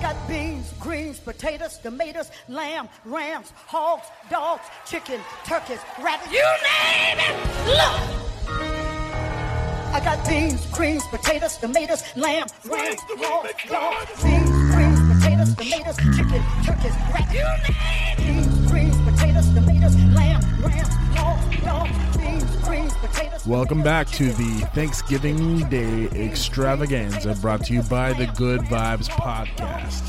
got beans, greens, potatoes, tomatoes, lamb, rams, hogs, dogs, chicken, turkeys, rabbits, you name it. Look! I got beans, greens, potatoes, tomatoes, lamb, rams, hogs, dogs, beans, greens, potatoes, tomatoes, chicken, turkeys, rabbits, you name it. Beans, greens, potatoes, tomatoes, lamb, rams, hogs, dogs, beans, greens, potatoes. Welcome back to tomatoes, the chicken, Thanksgiving Day extravaganza brought to you by the Good Vibes Podcast.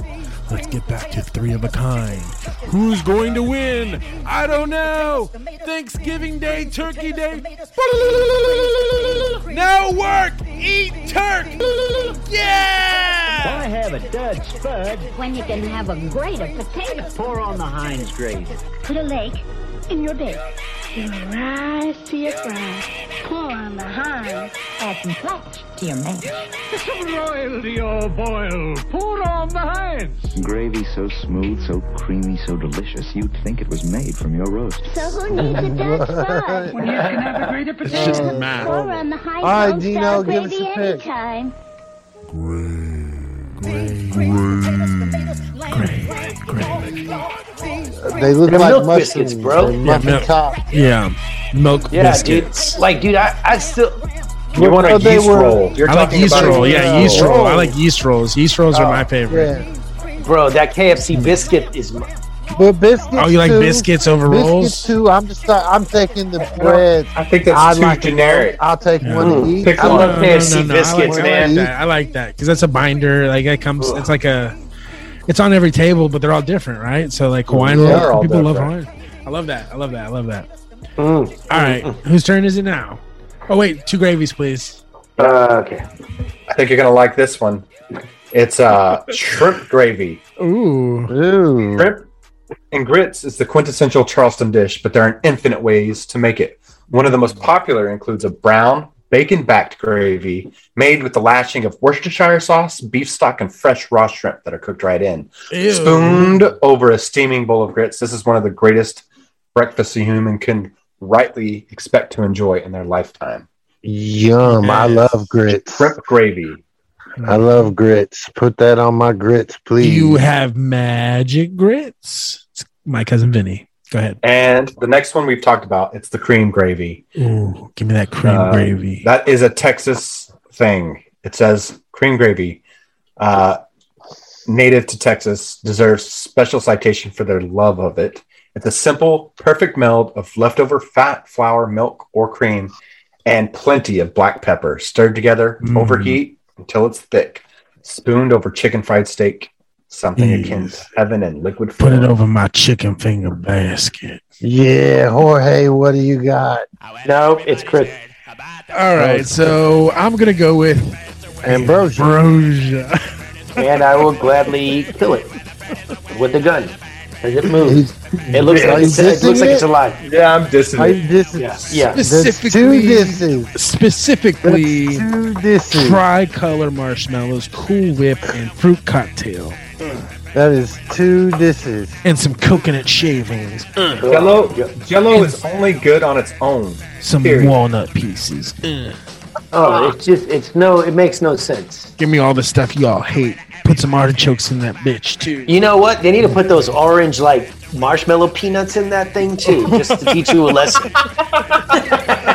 Let's get back to three of a kind. Who's going to win? I don't know. Thanksgiving Day, Turkey Day. No work. Eat turk. Yeah. Why have a dud spud? when you can have a grate of potatoes. Pour on the Heinz gravy. Put a leg in your bed. Your rise to your fries. Pour on the high. Add some flax to your mash. Royalty or boil, pour on the hands. Gravy so smooth, so creamy, so delicious, you'd think it was made from your roast. So who needs a Dutch fry? You can have a greater It's just math. Pour on the high All right, Gold Dino, Star give us gravy a pick. anytime. They look They're like milk muffins, biscuits, bro. bro. Muffin milk- top. Yeah. Milk Yeah, biscuits. dude. Like, dude, I, I still. Well, You want a no, they yeast were- roll? You're I like talking yeast about roll. Yeah, yeast roll. I Oh. like yeast rolls. Yeast rolls are my favorite. Yeah, bro. That KFC biscuit is. m- but biscuits. Oh, you like too. biscuits over Biscuits rolls? too. I'm just. I'm taking the bread. I think I that's too like generic. I'll take one of each. Pick I one. love I KFC like, biscuits, I like man. that. I like that because that's a binder. Like it comes, it's like a, it's on every table, but they're all different, right? So like Hawaiian They roll, are all people love different. Hawaiian. I love that. I love that. I love that. All right, whose turn is it now? Oh wait, two gravies, please. Uh, okay. I think you're gonna like this one. It's uh shrimp gravy. Ooh, Ooh. Shrimp and grits is the quintessential Charleston dish, but there are infinite ways to make it. One of the most popular includes a brown bacon backed gravy made with the lashing of Worcestershire sauce, beef stock, and fresh raw shrimp that are cooked right in. Ew. Spooned over a steaming bowl of grits, this is one of the greatest breakfasts a human can rightly expect to enjoy in their lifetime. Yum. I Yes. love grits. Shrimp gravy. I love grits. Put that on my grits, please. You have magic grits. It's my cousin Vinny. Go ahead. And the next one we've talked about, it's the cream gravy. Ooh, give me that cream Uh, gravy. That is a Texas thing. It says cream gravy, uh, native to Texas, deserves special citation for their love of it. It's a simple, perfect meld of leftover fat, flour, milk, or cream, and plenty of black pepper stirred together, Mm. overheat until it's thick, spooned over chicken fried steak, something akin to Yes. heaven and liquid Put it form. over my chicken finger basket. Yeah, Jorge. What do you got? No, it's Chris. All right, so I'm gonna go with Ambrosia. Ambrosia. and I will gladly kill it with a gun as it moves. He's- It looks Are like you it's, it looks like dissing it's it? alive. Yeah, I'm dissing I, it. this is Yeah, yeah. there's two Specifically, disses. specifically Two disses. tricolor marshmallows, Cool Whip, and fruit cocktail, That is two disses. and some coconut shavings, Jello, Jello is only good on its own. some Period. walnut pieces. Ugh. Oh, it's just it's no, it makes no sense. Give me all the stuff y'all hate. Put some artichokes in that bitch too. You know what? They need to put those orange like marshmallow peanuts in that thing too, just to teach you a lesson.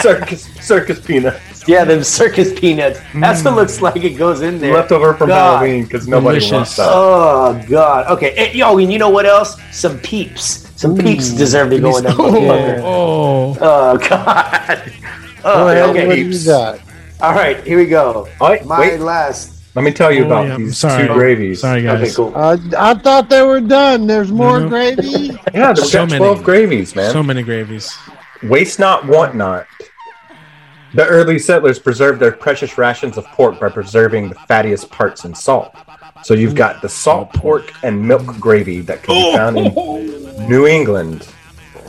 Circus, circus peanuts Yeah, them circus peanuts. That's what looks like it goes in there. left over Mm. from God. Halloween because nobody Delicious. wants that. Oh God. Okay. And, yo, and you know what else? Some peeps. Some Hmm. peeps Oh, deserve to go in that motherfucker. Oh, oh. Oh God. Oh, Jorge, okay. what do you got? All right. Here we go. All right, My wait, last. let me tell you Oh, about yeah, I'm these sorry. two gravies. Sorry, guys. Okay. Cool. Uh, I thought they were done. There's more no. gravy. Oh, Yeah, there's there's So got got many. 12 12 gravies, man. So many gravies. Waste not, want not. The early settlers preserved their precious rations of pork by preserving the fattiest parts in salt. So you've got the salt pork and milk gravy that can be found Oh. in New England.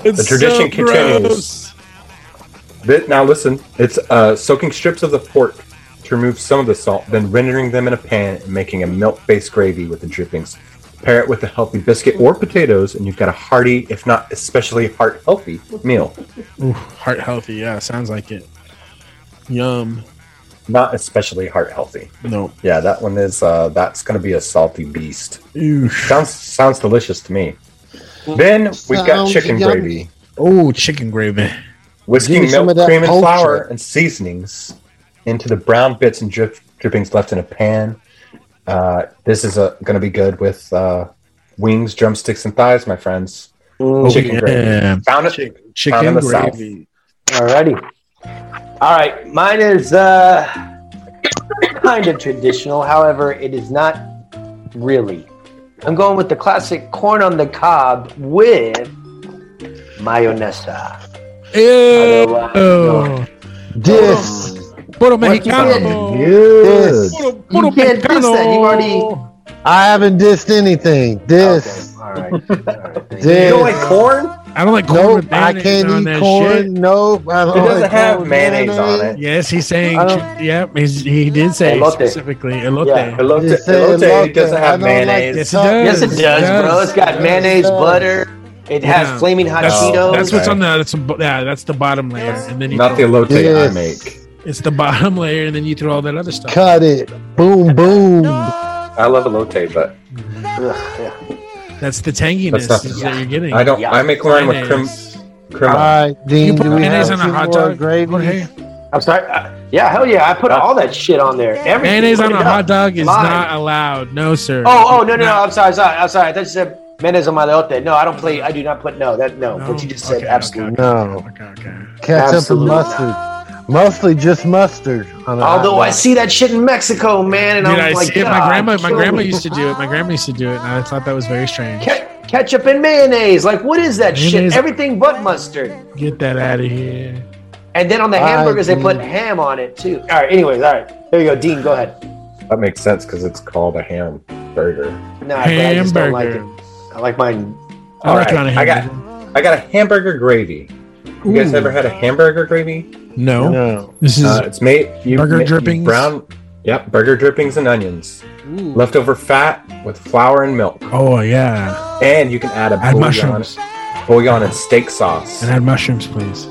It's The tradition continues. Bit- Now listen, it's uh, soaking strips of the pork to remove some of the salt, then rendering them in a pan and making a milk-based gravy with the drippings. Pair it with a healthy biscuit or potatoes, and you've got a hearty, if not especially heart-healthy meal. Ooh, heart healthy. Yeah, sounds like it. Yum. not especially heart healthy. No. Yeah, that one is. Uh, that's going to be a salty beast. Oof. Sounds sounds delicious to me. Then we've got Sounds chicken yummy. gravy, Oh, chicken gravy. whisking Give me some of milk, that cream, and culture. flour, and seasonings into the brown bits and drip, drippings left in a pan. Uh, this is going to be good with uh, wings, drumsticks, and thighs, my friends. Oh, chicken yeah. gravy. Found it. Chick- Down in chicken the south. gravy. Alrighty. All right, mine is uh, kind of traditional. However, it is not really. I'm going with the classic corn on the cob with mayonesa. Ew. This Puro Sounds mexicano. good. Yes. Puro, puro You can't diss that. You mexicano. I haven't dissed anything. This All right. All right. thank this. You don't like corn? I don't like corn Nope, with I mayonnaise on can't eat that corn. shit. Nope, I don't It doesn't like have corn with mayonnaise on it. Yes, he's saying. I don't- Yep, he's, he did say Elote. specifically elote. Yeah, Elote, Just say elote elote. doesn't I have don't like mayonnaise. Yes, it Yes, does. Yes, it does, Yes. bro. It's got mayonnaise, butter. It Yeah. has flaming hot That's, Cheetos. that's what's Okay. on the that's the, yeah, that's the bottom layer, and then you Not the throw, elote Yes. I make. it's the bottom layer, and then you throw all that other stuff. Cut it. Boom, boom. I love elote, but Ugh, yeah. That's the tanginess That's not- is that you're getting. I don't. I make mine with crim, Mayonnaise. All crim right, Dean. You put do we mayonnaise have on a two hot more dog. gravy? Jorge? I'm sorry. Uh, yeah, hell yeah. I put all that shit on there. Everything. Mayonnaise on Put a it hot up. dog is Mine. not allowed. No, sir. Oh, oh, no, no, no. I'm sorry. Sorry. I'm sorry. I thought you said mayonnaise on my elote. No, I don't play. I do not put. No, that no. No? What you just said. Okay, absolutely. okay, No. Okay, okay. Ketchup Absolutely and mustard. Mostly just mustard. On a Although hot I dog. see that shit in Mexico, man, and Dude, I'm I like, see it. My God, grandma, my kill grandma me. used to do it. My grandma used to do it, and I thought that was very strange. Ke- ketchup and mayonnaise. Like, what is that Mayonnaise- shit? Everything but mustard. Get that out of here. And then on the I hamburgers, they do. put ham on it too. All right. Anyways, all right. There you go, Dean. Go ahead. that makes sense because it's called a hamburger. No, I just don't like it. Hamburger. I like mine. I like it on a I got. hamburger. I got a hamburger gravy. You guys Ooh. ever had a hamburger gravy? No, No. this is Uh, it's made you Burger ma- you drippings? brown. Yep, burger drippings and onions, leftover fat with flour and milk, oh yeah. and you can add a Add bouillon, mushrooms bouillon and steak sauce. and add mushrooms, please.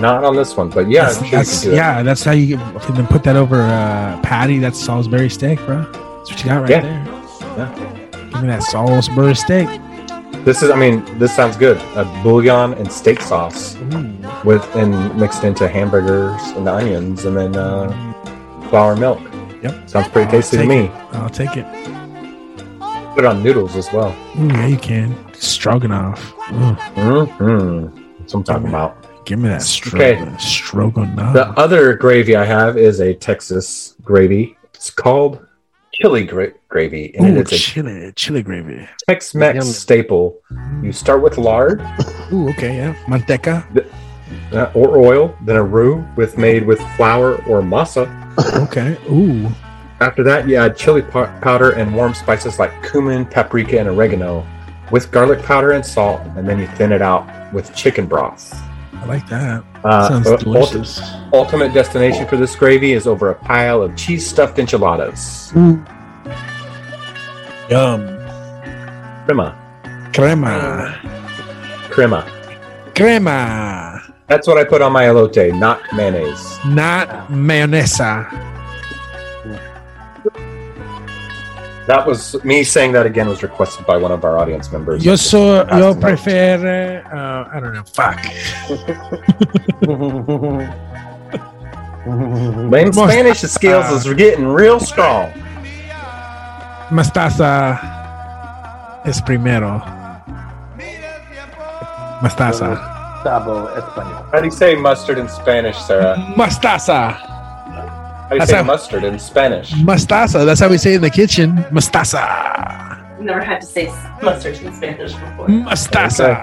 Not on this one, but yeah, that's, I'm sure you that's- can do it. yeah, that's how you get, and then put that over uh, patty. That's Salisbury steak, bro. That's what you got right Yeah. there. Give me that Salisbury steak. This is, I mean, this sounds good. A bouillon and steak sauce with and mixed into hamburgers and onions and then uh, flour and milk. Yep. Sounds pretty I'll tasty to take me. it. I'll take it. Put it on noodles as well. Ooh, yeah, you can. Stroganoff. Ugh, Mm-hmm. That's what I'm talking about. give me that stro- Okay. stroganoff. The other gravy I have is a Texas gravy. It's called chili gra- gravy, and Ooh, it is a chili, chili gravy. Tex-Mex Yum. staple. You start with lard Ooh, okay, yeah. Manteca. uh, or oil, then a roux with made with flour or masa. Okay. Ooh. After that, you add chili pow- powder and warm spices like cumin, paprika, and oregano with garlic powder and salt, and then you thin it out with chicken broth. I like that. Uh, Sounds ul- delicious. ult- ultimate destination for this gravy is over a pile of cheese stuffed enchiladas. Yum. Crema. Ah. Crema. Crema. Crema. That's what I put on my elote, not mayonnaise. Not mayonesa. That was me saying that again was requested by one of our audience members. Yo, so, That's yo not- prefer, uh, I don't know, fuck. Man, Spanish Ah. skills is getting real strong. Mastaza es primero. Mastaza. Sabo español. How do you say mustard in Spanish, Sarah? Mastaza. How do you That's say how- mustard in Spanish? Mastaza. That's how we say it in the kitchen. Mastaza. Never had to say s- mustard in Spanish before. Mm. Mastaza.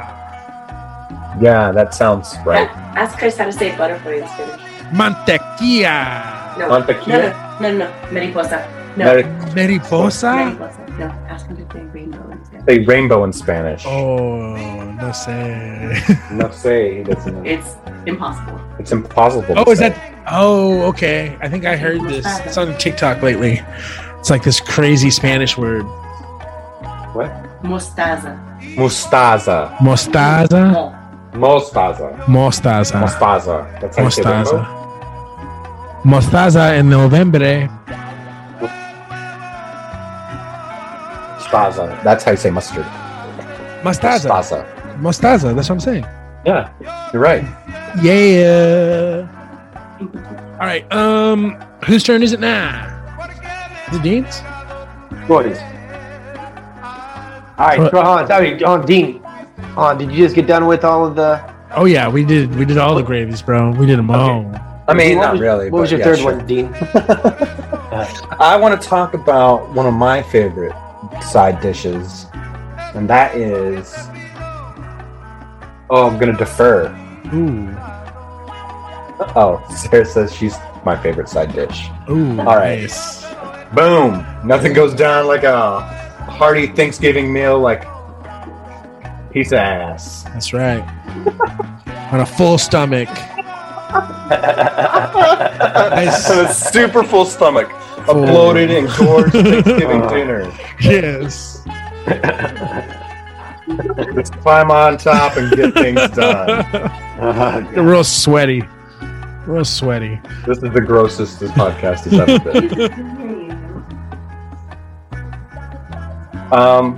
Yeah, that sounds right. Ask Chris how to say butterfly in Spanish. Mantequilla. No. Mantequilla? No, no, no, no. Mariposa. No. Better Mariposa. Mariposa. No. Ask him to say rainbow in Spanish. say rainbow in Spanish. Oh, no sé. No, say he doesn't. It's impossible. It's impossible. to oh, is say. that? Oh, okay. I think I heard this. It's on TikTok lately. It's like this crazy Spanish word. what? Mostaza. Mustaza, Mostaza. Mo. mostaza, Mostaza. mostaza. That's how you say rainbow. Mostaza. Mostaza en Novembre. Spaza. That's how you say mustard. Mostaza. Spaza. Mostaza. That's what I'm saying. Yeah, you're right. Yeah. All right. Um, whose turn is it now? The Dean's. Boys. All right, What? Hans. I mean, oh, Dean. Han, did you just get done with all of the? Oh yeah, we did. We did all the gravies, bro. We did them all. I mean, What not was- really. What was but your yeah, third sure. one, Dean? I want to talk about one of my favorite side dishes, and that is. Oh, I'm gonna defer. Ooh. Oh, Sarah says she's my favorite side dish. Ooh. All right. nice. Boom! Nothing goes down like a hearty Thanksgiving meal, like piece of ass. That's right. On a full stomach. a super full stomach, a Full. bloated and gorged Thanksgiving Uh. dinner. Yes. Just climb on top and get things done. Real sweaty. Real sweaty. This is the grossest this podcast has ever been. Um,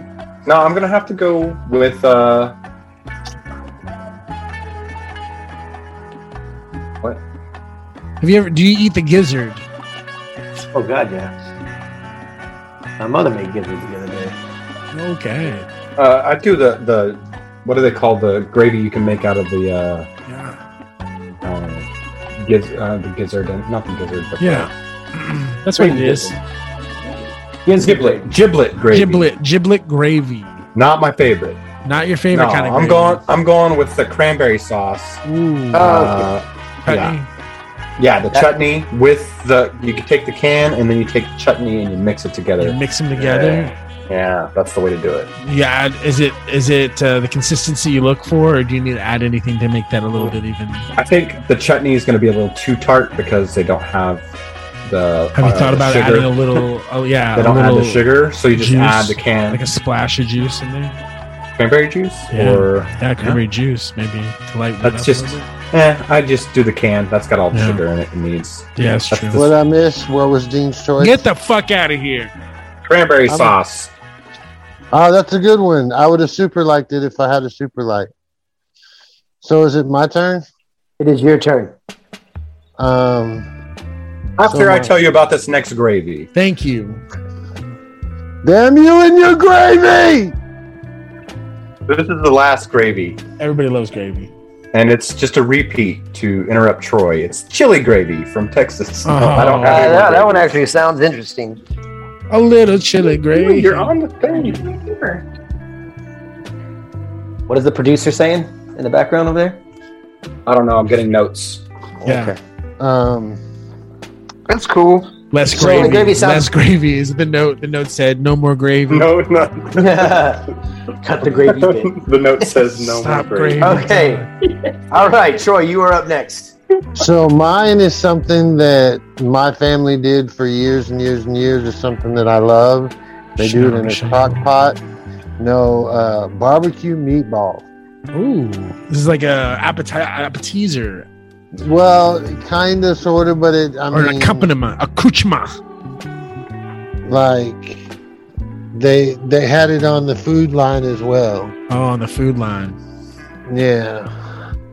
no, I'm gonna have to go with. Uh... What? Have you ever? Do you eat the gizzard? oh God, yeah. My mother made gizzards the other day. Okay. Uh, I do the the what do they call the gravy you can make out of the uh, Yeah. uh, giz, uh the gizzard and not the gizzard but Yeah. That's what it is. the giblet giblet gravy. Giblet. Giblet gravy. Not my favorite. Not your favorite no, kind of. I'm gravy. Oh, going. I'm going with the cranberry sauce. Ooh. Uh, Honey. yeah, the chutney with the you can take the can and then you take the chutney and you mix it You together. mix them together. Yeah, that's the way to do it. You add is it is it uh, the consistency you look for, or do you need to add anything to make that a little bit even? I think the chutney is going to be a little too tart because they don't have the. Have you uh, thought about sugar. adding a little? Oh yeah, They don't a add little, the sugar, so you just juice, add the can like a splash of juice in there. cranberry juice, Yeah. or Yeah, cranberry juice maybe to lighten. it That's up a just- little bit. eh, I just do the can. That's got all the Yeah. sugar in it. It needs yeah, that's true. What I miss? What was Dean's choice? Get the fuck out of here! cranberry I'm- sauce. Oh, that's a good one. I would have super liked it if I had a super light. So is it my turn? It is your turn. Um, After I much. tell you about this next gravy, Thank you. damn you and your gravy! this is the last gravy, Everybody loves gravy. and it's just a repeat to interrupt Troy. It's chili gravy from Texas. No, I don't Oh. have any more yeah, Uh, that gravy. one actually sounds interesting. A little chili Ooh, gravy. You're on the thing. What is the producer saying in the background over there? I don't know. I'm getting notes. Yeah, Um, That's cool. less So gravy. the gravy sounds- Less gravy is the note. The note said no more gravy. No, no. Cut the gravy bit. the note says no Stop more gravy. gravy. Okay. All right, Troy, you are up next. so mine is something that my family did for years and years and years. Is something that I love. They do it in a Sure. crock pot. No, uh, barbecue meatball. Ooh, this is like a appetizer, appetizer Well, kind of, sort of, but it. I or Mm. mean, an accompaniment, a kuchma. like they they had it on the food line as well. Oh, on the food line. Yeah,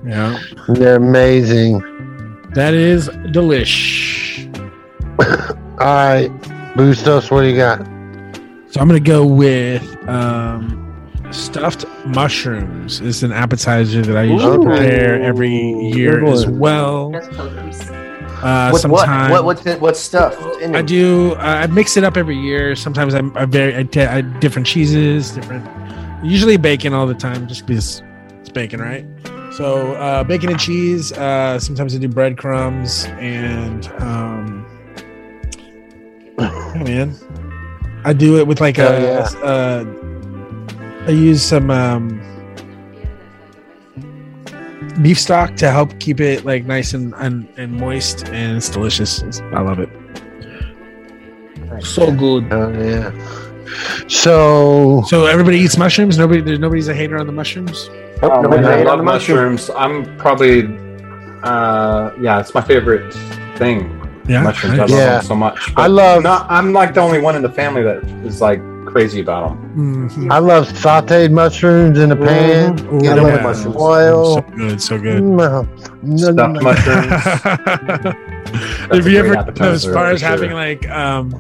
Yeah. they're amazing. That is delish. All right, Bustos, what do you got? So I'm gonna go with um, stuffed mushrooms. It's an appetizer that I usually Ooh. prepare every year Good as one. well. That's pilgrims. Uh, What, what, sometime- what, what's in, what's stuffed? In I it? do. uh, I I mix it up every year. Sometimes I'm I very I ta- I- different cheeses, different. Usually bacon all the time, just because it's bacon, right? So uh, bacon and cheese. Uh, sometimes I do breadcrumbs and. Um, yeah, man, I do it with like a. Hell yeah. uh, I use some um, beef stock to help keep it like nice and and, and moist, and it's delicious. It's- I love it. So good. Oh yeah. So So everybody eats mushrooms. Nobody, there's nobody's a hater on the mushrooms. Nope, Um, nobody's I ate on love the mushroom. mushrooms. I'm probably, uh, yeah, it's my favorite thing. Yeah. mushrooms. I nice. love Yeah. them so much. I love- Not, I'm like the only one in the family that is like crazy about them. Mhm. I love sauteed mushrooms in a pan. Ooh, Get them yeah. with some oil. So good, so good. Mm, Stuffed mm, mushrooms. if a you great ever appetizer, as far for as having sure. like um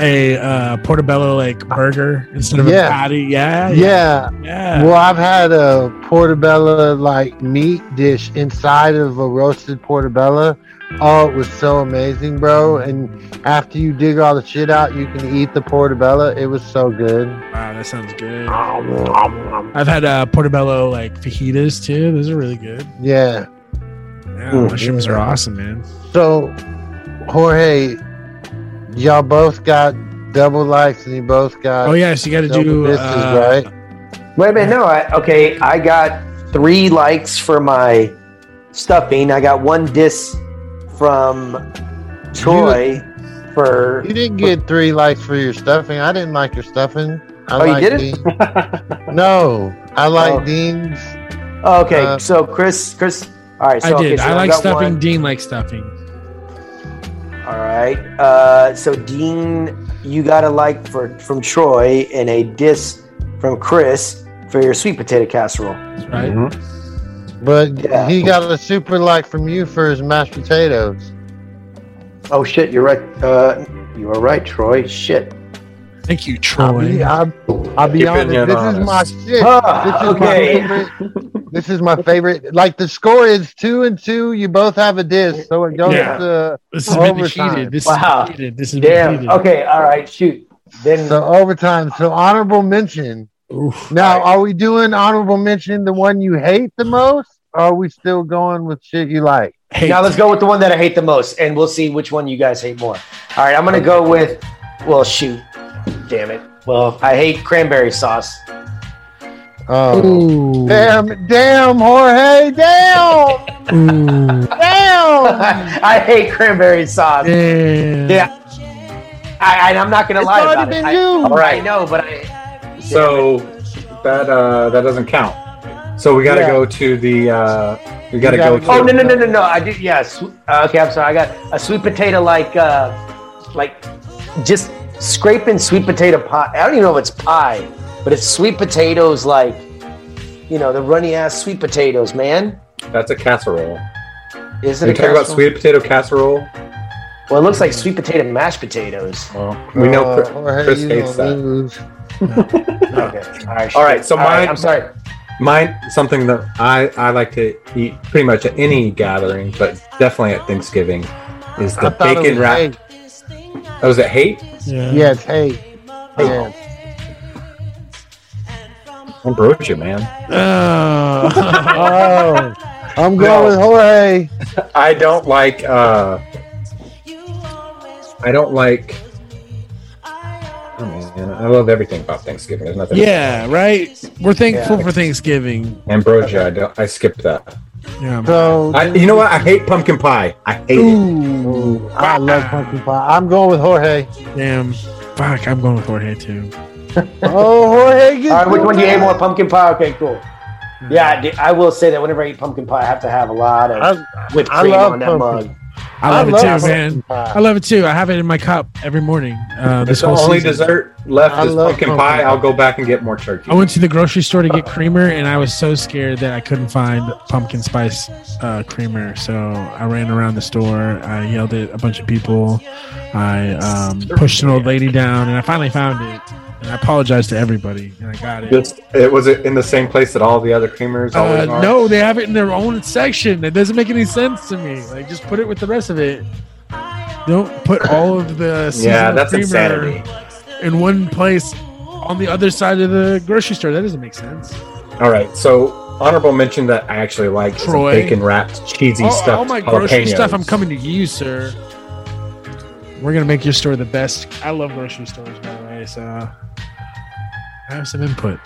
a uh portobello like burger instead of Yeah. a patty yeah Yeah. yeah Well, I've had a portobello like meat dish inside of a roasted portobello. Oh, it was so amazing, bro. And after you dig all the shit out, you can eat the portobello. It was so good. wow that sounds good i've had uh portobello like fajitas too those are really good Yeah. yeah, Mm. mushrooms are awesome man So, Jorge, y'all both got double likes and you both got oh yes you gotta double do misses, uh, right? Wait a minute, no. I, okay, I got three likes for my stuffing. I got one diss from Troy for. You didn't get three likes for your stuffing. I didn't like your stuffing. I Oh, you like didn't? Dean- No, I like Oh. Dean's. Okay, Uh, so Chris, Chris. All right, so i okay, did so i like got stuffing one. dean likes stuffing All right, uh, so Dean, you got a like for from Troy and a diss from Chris for your sweet potato casserole. that's right Mm-hmm. Mhm. But Yeah. he got a super like from you for his mashed potatoes. Oh shit, you're right. Uh, you are right, Troy. Shit. thank you I'll troy be, I'll, I'll be honest. Keeping it This is honest. my shit. Ah, this is okay. my favorite. This is my favorite. Like the score is two and two. You both have a disc, so it goes Yeah. to this has been Overtime. defeated this Wow. is defeated this is Damn. defeated Okay. All right. Shoot. Then. so overtime. So honorable mention. Oof. Now, are we doing honorable mention the one you hate the most? Or are we still going with shit you like? Hey, Now let's go with the one that I hate the most, and we'll see which one you guys hate more. All right, I'm gonna go with. Well, shoot, damn it. Well, I hate cranberry sauce. Oh, Ooh. damn, damn, Jorge, damn, Ooh. damn. I hate cranberry sauce. Yeah, Damn. I, and I'm not gonna It's lie already about been it. used. I, all right, no, but I, So that uh, that doesn't count. So we got to Yeah. go to the uh, we got You gotta to go- go. to oh no no no no no I did yes. Uh, okay, I'm sorry. I got a sweet potato like uh, like just scraping sweet potato pie. I don't even know if it's pie, but it's sweet potatoes like you know the runny ass sweet potatoes, man. That's a casserole. Is it Are you a talking about casserole? sweet potato casserole? Well, it looks like sweet potato mashed potatoes. Well, we know Oh, Chris, Jorge, Chris you hates gonna that. lose. Okay. All right. All right, so mine- I'm sorry. Mine something that I I like to eat pretty much at any gathering, but definitely at Thanksgiving, is I the thought it bacon was wrap. hate. Oh, is it hate? Yeah. Yeah, it's hate. Yeah. Ambrosia, man. Oh. Oh, I'm going No. with Jorge. I don't like. uh I don't like. I mean, man, I love everything about Thanksgiving. There's nothing. yeah, right? We're thankful Yeah. for Thanksgiving. Ambrosia. I don't. I skip that. Yeah. So I, you know what? I hate pumpkin pie. I hate it. Ooh, I love pumpkin pie. I'm going with Jorge. Damn. Fuck, I'm going with Jorge too. Oh, Jorge gets All right. Which the one do you hate win. more? Pumpkin pie. Okay. Cool. Yeah, I do- I will say that whenever I eat pumpkin pie, I have to have a lot of I, whipped I cream love on that pumpkin. mug. I love it too, man. pumpkin pie. I love it too. I have it in my cup every morning. Uh, this It's the whole only season. dessert left I is love pumpkin pumpkin pie. pie. I'll go back and get more turkey. I went to the grocery store to get creamer, and I was so scared that I couldn't find pumpkin spice uh, creamer. So I ran around the store. I yelled at a bunch of people. I um, pushed an old lady down, and I finally found it. And I apologized to everybody, and I got it. Just it was in the same place that all the other creamers always Uh, are. no, they have it in their own section. That doesn't make any sense to me. Like, just put it with the rest of it. Don't put all of the Yeah, seasonal that's creamer insanity. in one place on the other side of the grocery store. That doesn't make sense. All right, so honorable mention that I actually like is Troy. bacon wrapped cheesy All, stuff. all my grocery jalapenos. stuff, I'm coming to you, sir. We're gonna make your store the best. I love grocery stores, by the way. So I have some input.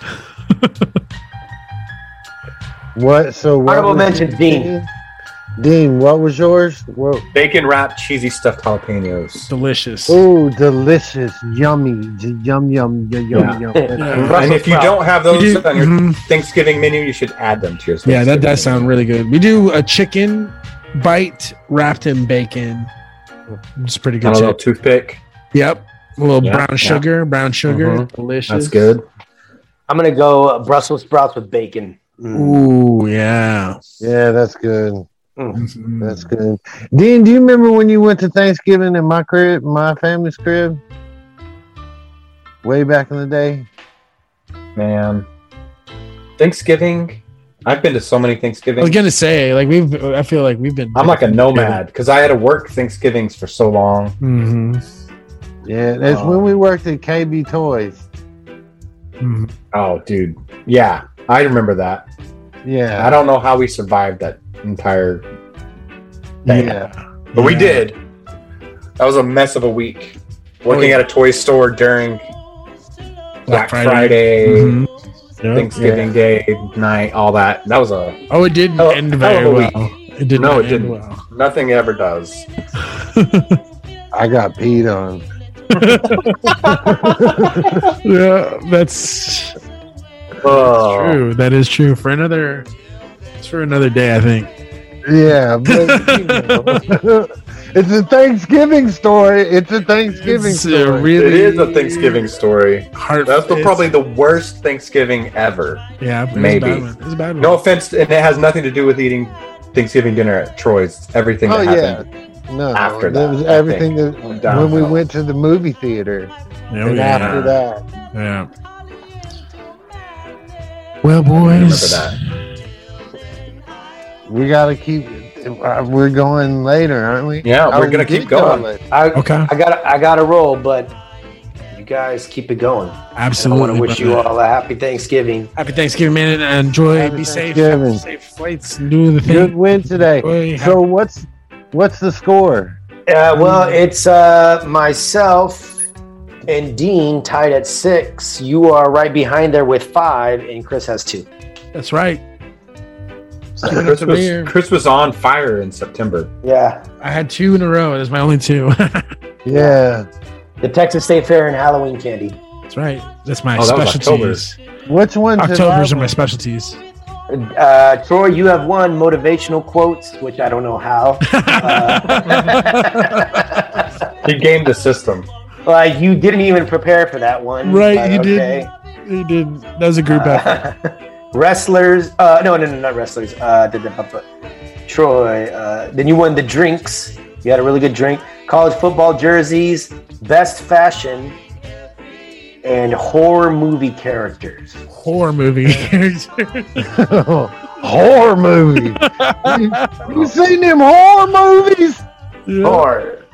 What? So what Honorable was- mention, Dean. Dean, what was yours? What? Bacon wrapped cheesy stuffed jalapenos. Delicious. Oh, Ooh, delicious, yummy, j- yum yum yum yum yum. Yeah. and if you sprouts. don't have those You do- on your mhm. Thanksgiving menu, you should add them to your. Yeah, that Thanksgiving does sound menu. really good. We do a chicken bite wrapped in bacon It's pretty Got good. a little too. toothpick. Yep. A little Yeah, brown yeah. sugar, brown sugar, Mhm. delicious. That's good. I'm gonna go uh, Brussels sprouts with bacon. Mm. Ooh, yeah. Yeah, that's good. Mm. Mhm. That's good. Dean, do you remember when you went to Thanksgiving in my crib, my family's crib? Way back in the day? Man. Thanksgiving. I've been to so I many was Thanksgivings. gonna say, like we've, I feel like we've been. I'm like a nomad because I had to work Thanksgivings for so long. hmm Yeah, that's Oh. when we worked at KB Toys. Mm-hmm. Oh, dude. Yeah, I remember that. Yeah. I don't know how we survived that entire, yeah. but we did. That was a mess of a week. Working yeah. at a toy store during Oh, Black Friday. Friday, Mm-hmm. Mhm. Yep. Thanksgiving Day night, all that. That was a Oh, it didn't Oh, end oh, very we- well. It did No, not it end didn't. well. nothing ever does. I got peed on. yeah, that's Oh. true. That is true. For another, it's for another day, I think. Yeah, but you know. it's a Thanksgiving story. It's a Thanksgiving It's story. a really It is a Thanksgiving story. heart. That's the, it's- probably the worst Thanksgiving ever. yeah. It maybe. was a bad one. It was a bad one. No offense, and it has nothing to do with eating Thanksgiving dinner at Troy's. It's everything oh that yeah, happened. no, after there that, was I everything that went when we downhill. went to the movie theater, Yeah, and Oh, yeah, after that, Yeah. Well, boys, Remember we got to keep. uh, We're going later, aren't we? Yeah, Oh, we're we gonna did keep going. later. I, Okay. I got I got to roll, but you guys keep it going. absolutely. I want to wish brother. you all a happy Thanksgiving. Happy Thanksgiving, man, and enjoy. Happy be safe. Thanksgiving. Safe flights. and Do the Good thing. win today. Boy, So what's what's the score? Uh, well, it's uh, myself and Dean tied at six. You are right behind there with five, and Chris has two. That's right. that. Keeping up Chris the was, rear. Chris was on fire in September. Yeah. I had two in a row. That's my only two. Yeah. The Texas State Fair and Halloween candy. That's right. That's my Oh, that was specialties. Which one's the October's are rival? my specialties. Uh, Troy, you have one motivational quotes, which I don't know how. Uh, He gamed the system. like you didn't even prepare for that one, Right, but you didn't. You did. That was a group effort. wrestlers, uh, no, no, no, not wrestlers. Uh, da- da- bu- bu- Troy. Uh, then you won the drinks. You had a really good drink. College football jerseys, best fashion, and horror movie characters. Horror movie. horror movie. you, you seen them horror movies? Yeah. Horror.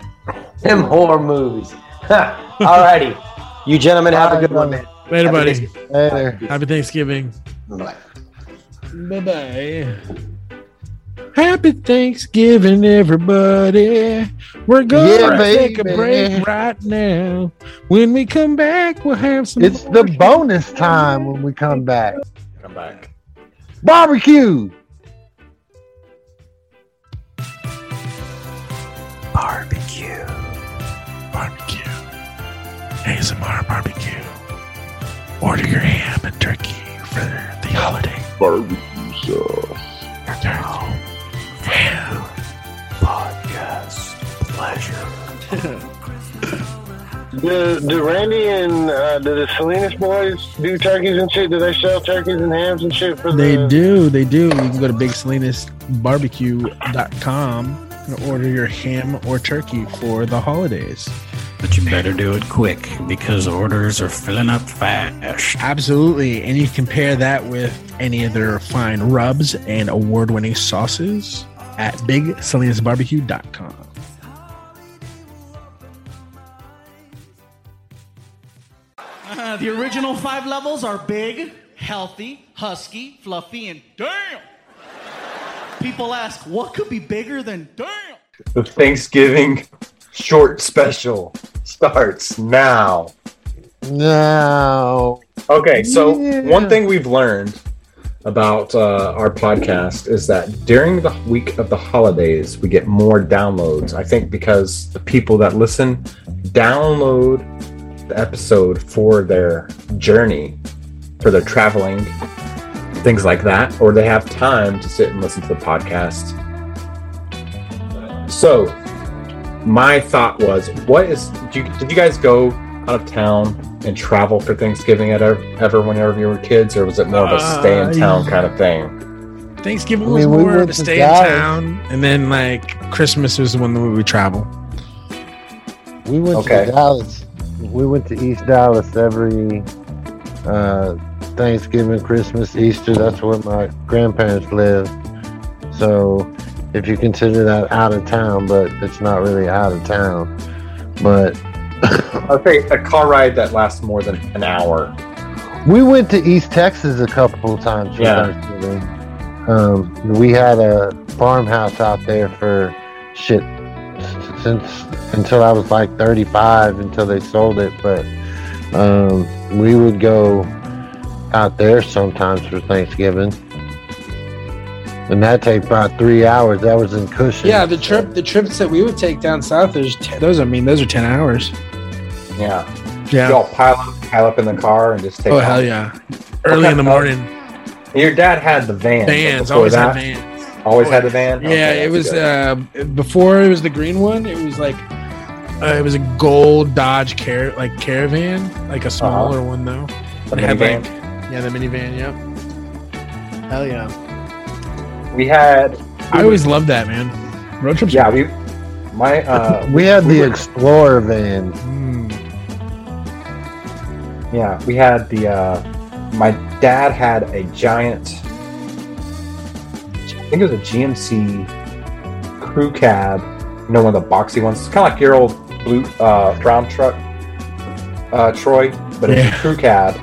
Them horror movies. Alrighty. You gentlemen have a good one, man. Later, buddy. Later. Happy Thanksgiving. Bye. Bye bye. Happy Thanksgiving, everybody. We're gonna Yeah, take baby. a break right now. When we come back, we'll have some. It's the bonus time when we come back. Come back. Barbecue. barbecue. Barbecue. ASMR barbecue. Order your ham and turkey for the holiday. Barbecue sauce. Ham. Podcast pleasure. Do, do Randy and uh, do the Salinas boys do turkeys and shit? Do they sell turkeys and hams and shit for They the? do. They do. You can go to bigsalinasbarbecue.com and order your ham or turkey for the holidays. But you better do it quick because orders are filling up fast. Absolutely. And you compare that with any of their fine rubs and award winning sauces at bigsalinasbarbecue.com. Uh, the original five levels are big, healthy, husky, fluffy, and damn. People ask, what could be bigger than damn? The Thanksgiving short special starts now. Now. Okay, so Yeah. one thing we've learned about uh, our podcast is that during the week of the holidays, we get more downloads. I think because the people that listen download the episode for their journey, for their traveling, things like that, or they have time to sit and listen to the podcast. So, my thought was, what is? Did you, did you guys go out of town and travel for Thanksgiving at ever, ever whenever you were kids, or was it more of a stay in town Uh, kind of thing? Thanksgiving I was mean, we more went of a to stay Dallas. in town, and then like Christmas was when we would travel. We went Okay. to Dallas. We went to East Dallas every uh, Thanksgiving, Christmas, Easter. That's where my grandparents live. So, if you consider that out of town, but it's not really out of town. But I'd say a car ride that lasts more than an hour. we went to East Texas a couple of times for Yeah. Thanksgiving. Um, we had a farmhouse out there for shit s- since until I was like 35 until they sold it. But um, we would go out there sometimes for Thanksgiving. And that take about three hours. That was in Cushing. Yeah, the trip, the trips that we would take down south, there's ten, those. I mean, those are ten hours. Yeah. Yeah. You all pile up, pile up in the car and just take. oh off. hell yeah! Early in the morning, Your dad had the van. but vans before always that, had vans. Always had the van. Okay, yeah, it that's was good. uh, before it was the green one. It was like uh, it was a gold Dodge car like caravan, like a smaller one though. The It uh, had, minivan. like- yeah, the Uh-huh. minivan. Yep. Hell yeah! we had. I always loved that man. Road trips. Yeah, we. My uh, We had the Explorer van. Mm. Yeah, we had the. Uh, my dad had a giant. I think it was a GMC crew cab. You know, one of the boxy ones. It's kind of like your old blue uh, brown truck, uh, Troy, but it's Yeah. a crew cab,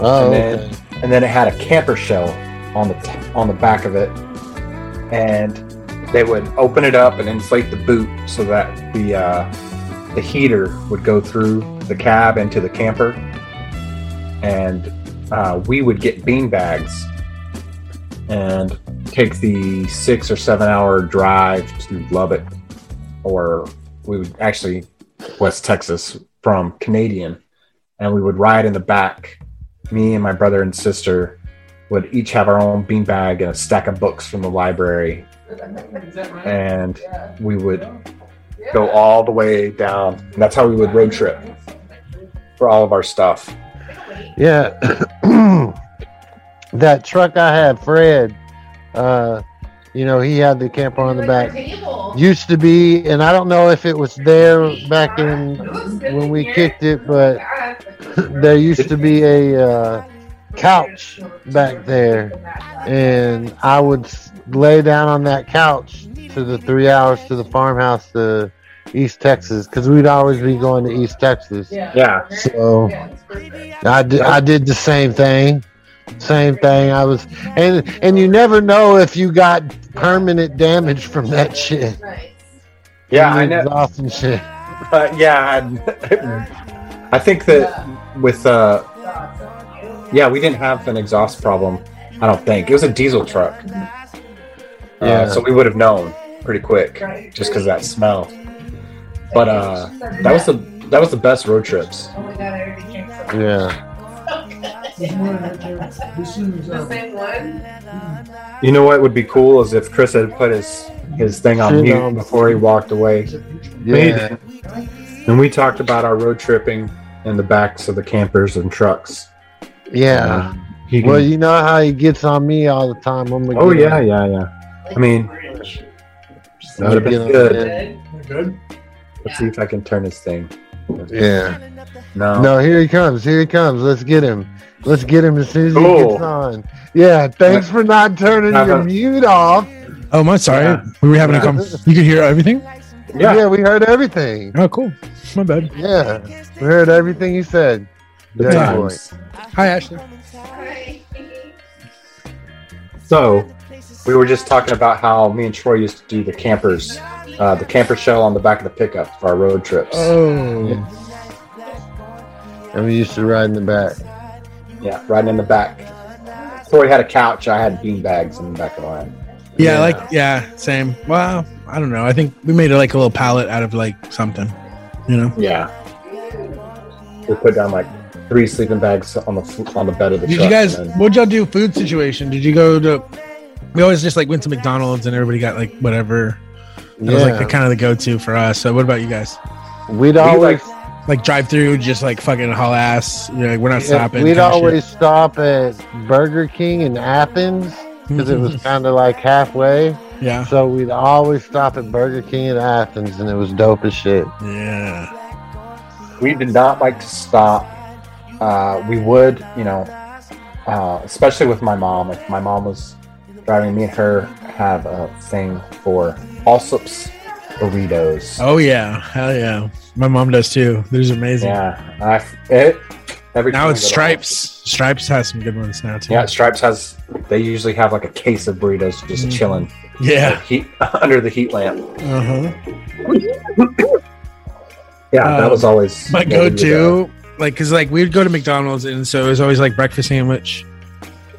Oh, and then okay. and then it had a camper shell on the t- on the back of it, and they would open it up and inflate the boot so that the uh, the heater would go through the cab into the camper, and uh, we would get bean bags and take the six or seven hour drive to Lubbock, or we would actually West Texas from Canadian, and we would ride in the back me and my brother and sister would each have our own beanbag and a stack of books from the library, and we would go all the way down. And that's how we would road trip for all of our stuff. Yeah. that truck I had, Fred, uh, you know, he had the camper on the back. Used to be, and I don't know if it was there back in when we kicked it, but there used to be a uh, couch back there. And I would s- lay down on that couch to the three hours to the farmhouse to East Texas because we'd always be going to East Texas. Yeah, So. I did, I did the same thing. Same thing. I was and and you never know if you got permanent damage from that shit. yeah, From I the know. Exhaust and shit. Uh, yeah, I, I think that with uh, yeah, we didn't have an exhaust problem. I don't think it was a diesel truck. Uh, Yeah. so we would have known pretty quick just because that smell. But uh, that was the that was the best road trips. Yeah. You know what would be cool is if Chris had put his his thing on Sure, mute no. before he walked away. Yeah. And we talked about our road tripping and the backs of the campers and trucks. Yeah. He Well, can- you know how he gets on me all the time. I'm gonna oh get yeah, on- yeah, yeah. I mean, that would have get been on good. him. Let's see if I can turn his thing. Yeah. No. No, here he comes. Here he comes. Let's get him. Let's get him as soon as he Cool. gets on. Yeah. Thanks for not turning Have your a- mute off. Oh, my sorry. Yeah. We were having Yeah. a conversation. You could hear everything. Yeah. yeah, we heard everything. Oh, cool. My bad. Yeah, we heard everything you said. The Dirty times. Hi, Ashley. So we were just talking about how me and Troy used to do the campers, uh, the camper shell on the back of the pickup for our road trips. Oh, And we used to ride in the back. Yeah, riding in the back. Troy had a couch. I had bean bags in the back of mine. yeah, like yeah, same. Well, I don't know. I think we made like a little palette out of like something, you know. Yeah. We put down like three sleeping bags on the fl- on the bed of the Did truck. you guys? and then- What'd y'all do? Food situation? Did you go to? We always just like went to McDonald's and everybody got like whatever That was like Yeah. the kind of the go-to for us. So what about you guys? We'd always- like, like drive through, just like fucking haul ass. You know, like, we're not Yeah, stopping. We'd kinda shit. always stop at Burger King in Athens because it was kind of like halfway. Yeah. So we'd always stop at Burger King in Athens, and it was dope as shit. Yeah. We did not like to stop. Uh, we would, you know, uh, especially with my mom. If my mom was driving, me and her have a thing for Allsup's burritos. Oh yeah, hell yeah. My mom does too. These are amazing. Yeah, I, it, every now time I it's go to stripes. Stripes has some good ones now too. Yeah, Stripes has. They usually have like a case of burritos just Mhm. chilling. Yeah. Like, heat, under the heat lamp. Uh huh. Yeah, that Um, was always my what we would, uh, go-to like because like we'd go to mcdonald's and so it was always like breakfast sandwich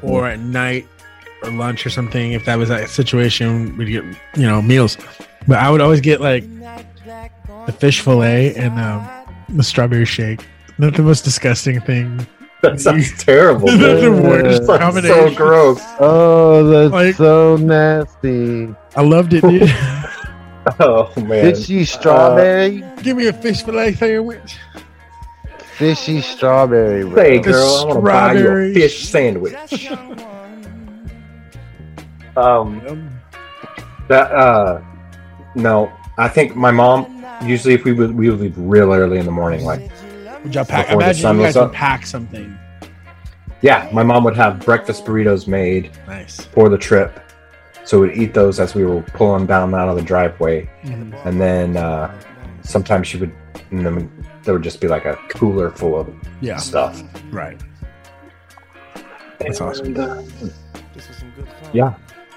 or Mm. at night or lunch or something if that was that situation we'd get you know meals but i would always get like the fish fillet and um, the strawberry shake not the most disgusting thing That sounds terrible. That's man. the worst That sounds combination. so gross. Oh, that's Like- so nasty. i loved it dude Oh man, Fishy strawberry, give me a fish fillet sandwich fishy strawberry, bro. Hey girl, I want to buy you a strawberry- fish sandwich. um, that uh, no, I think my mom usually if we would we would leave real early in the morning. Like, would y'all pack Before the imagine sun you was guys would up. pack something yeah, my mom would have breakfast burritos made nice for the trip, so we'd eat those as we were pulling down out of the driveway, Mhm. and then uh, sometimes she would, and then there would just be like a cooler full of Yeah. stuff. right that's awesome Yeah.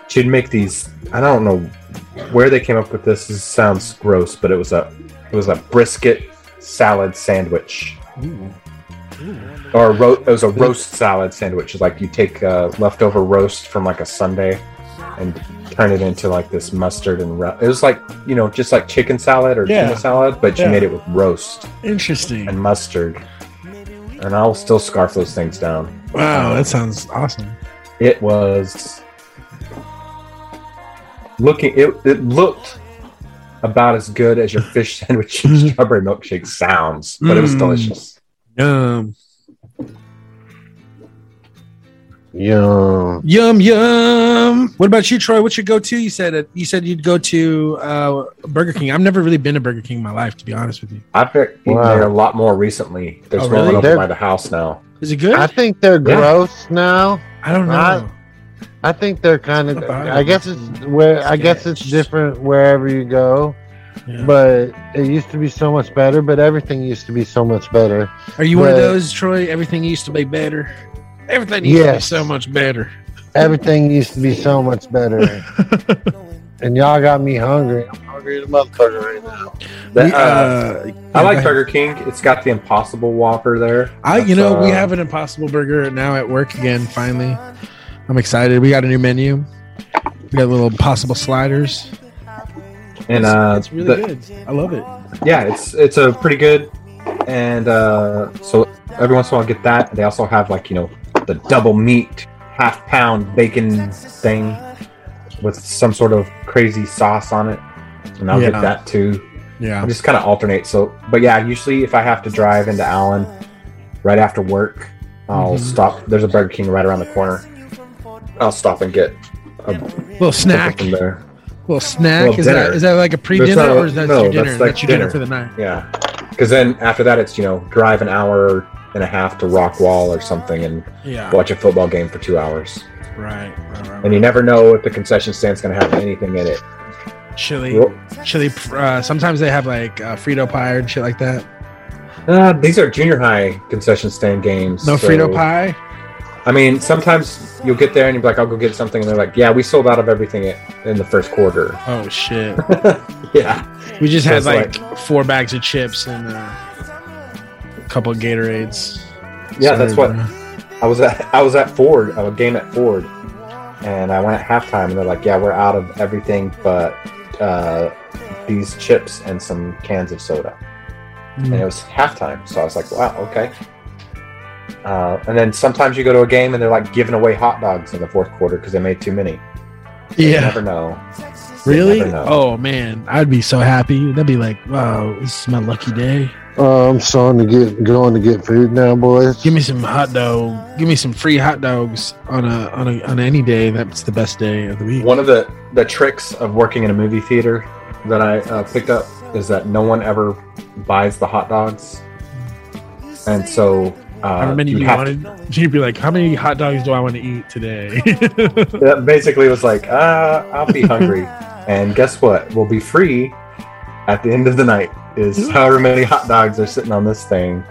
She'd make these. I don't know where they came up with this. This sounds gross, but it was a it was a brisket salad sandwich, or a ro- it was a roast salad sandwich. It's like you take uh, leftover roast from like a Sunday and turn it into like this mustard and ro- it was like you know just like chicken salad or Yeah. tuna salad, but you Yeah. made it with roast interesting and mustard. And I'll still scarf those things down. wow uh, that sounds awesome It was looking. It, it looked about as good as your fish sandwich and strawberry milkshake sounds, but it was Mm-hmm. Mm. delicious. Yum. Yum. Yum yum. What about you, Troy? What's your go-to? You said it. You said you'd go to uh, Burger King. I've never really been to Burger King in my life, to be honest with you. I've been eating Wow. there a lot more recently. There's Oh, one really? over They're- by the house now. Is it good? I I, think they're Yeah. gross now. don't know. I- I think they're kind of. About I guess it's where. I guess it's different wherever you go. Yeah. But it used to be so much better. But everything used to be so much better. Are you one of but- those, Troy? Everything used to be better. Everything used Yes. to be so much better. Everything used to be so much better. and y'all got me hungry. I'm hungry as a motherfucker right now. That, We, uh, uh, I like yeah, Burger King. It's got the Impossible Whopper there. I, you That's, know, we uh, have an Impossible Burger now at work again. Finally, I'm excited. We got a new menu. We got little Impossible sliders. and uh, it's really the- good. I love it. yeah, it's it's a pretty good. And uh, so every once in a while, I get that. They also have like you know the double meat half pound bacon thing with some sort of crazy sauce on it, and I'll Yeah. get that too. I Yeah. just kind of alternate. So, but yeah, usually if I have to drive into Allen right after work, I'll Mhm. stop. There's a Burger King right around the corner. I'll stop and get a Little snack. from there. Well, snack Well, is dinner. that is that like a pre That's dinner not- or is that no, your dinner? That's, that's like your dinner. dinner. for the night. Yeah, because then after that, it's you know drive an hour and a half to Rock Wall or something and Yeah. watch a football game for two hours, Right. right, right, and you never know if the concession stand's going to have anything in it. right. Chili, chili. Uh, sometimes they have like uh, Frito pie and shit like that. Uh, these are junior high concession stand games. No so- Frito pie. I mean, sometimes you'll get there and you'll be like, "I'll go get something," and they're like, "Yeah, we sold out of everything i- in the first quarter." Oh shit! Yeah, We just had That's like, four bags of chips and uh, a couple of Gatorades. yeah, that's Sorry, what bro. I was at. I was at Ford, a game at Ford, and I went at halftime, and they're like, "Yeah, we're out of everything but uh, these chips and some cans of soda." And it was halftime, so I was like, "Wow, okay." Uh, and then sometimes you go to a game and they're like giving away hot dogs in the fourth quarter because they made too many. You Yeah. never know. Really? never know. Oh man, I'd be so happy. That'd be like, wow, this is my lucky day. Uh, I'm starting to get going to get food now, boys. Give me some hot dog. Give me some free hot dogs on a on a on any day. That's the best day of the week. One of the, the tricks of working in a movie theater that I uh, picked up is that no one ever buys the hot dogs. And so. Uh, How many you you have wanted? You'd be like, how many hot dogs do I want to eat today? that basically was like, uh, I'll be hungry. and guess what? We'll be free at the end of the night, is however many hot dogs are sitting on this thing.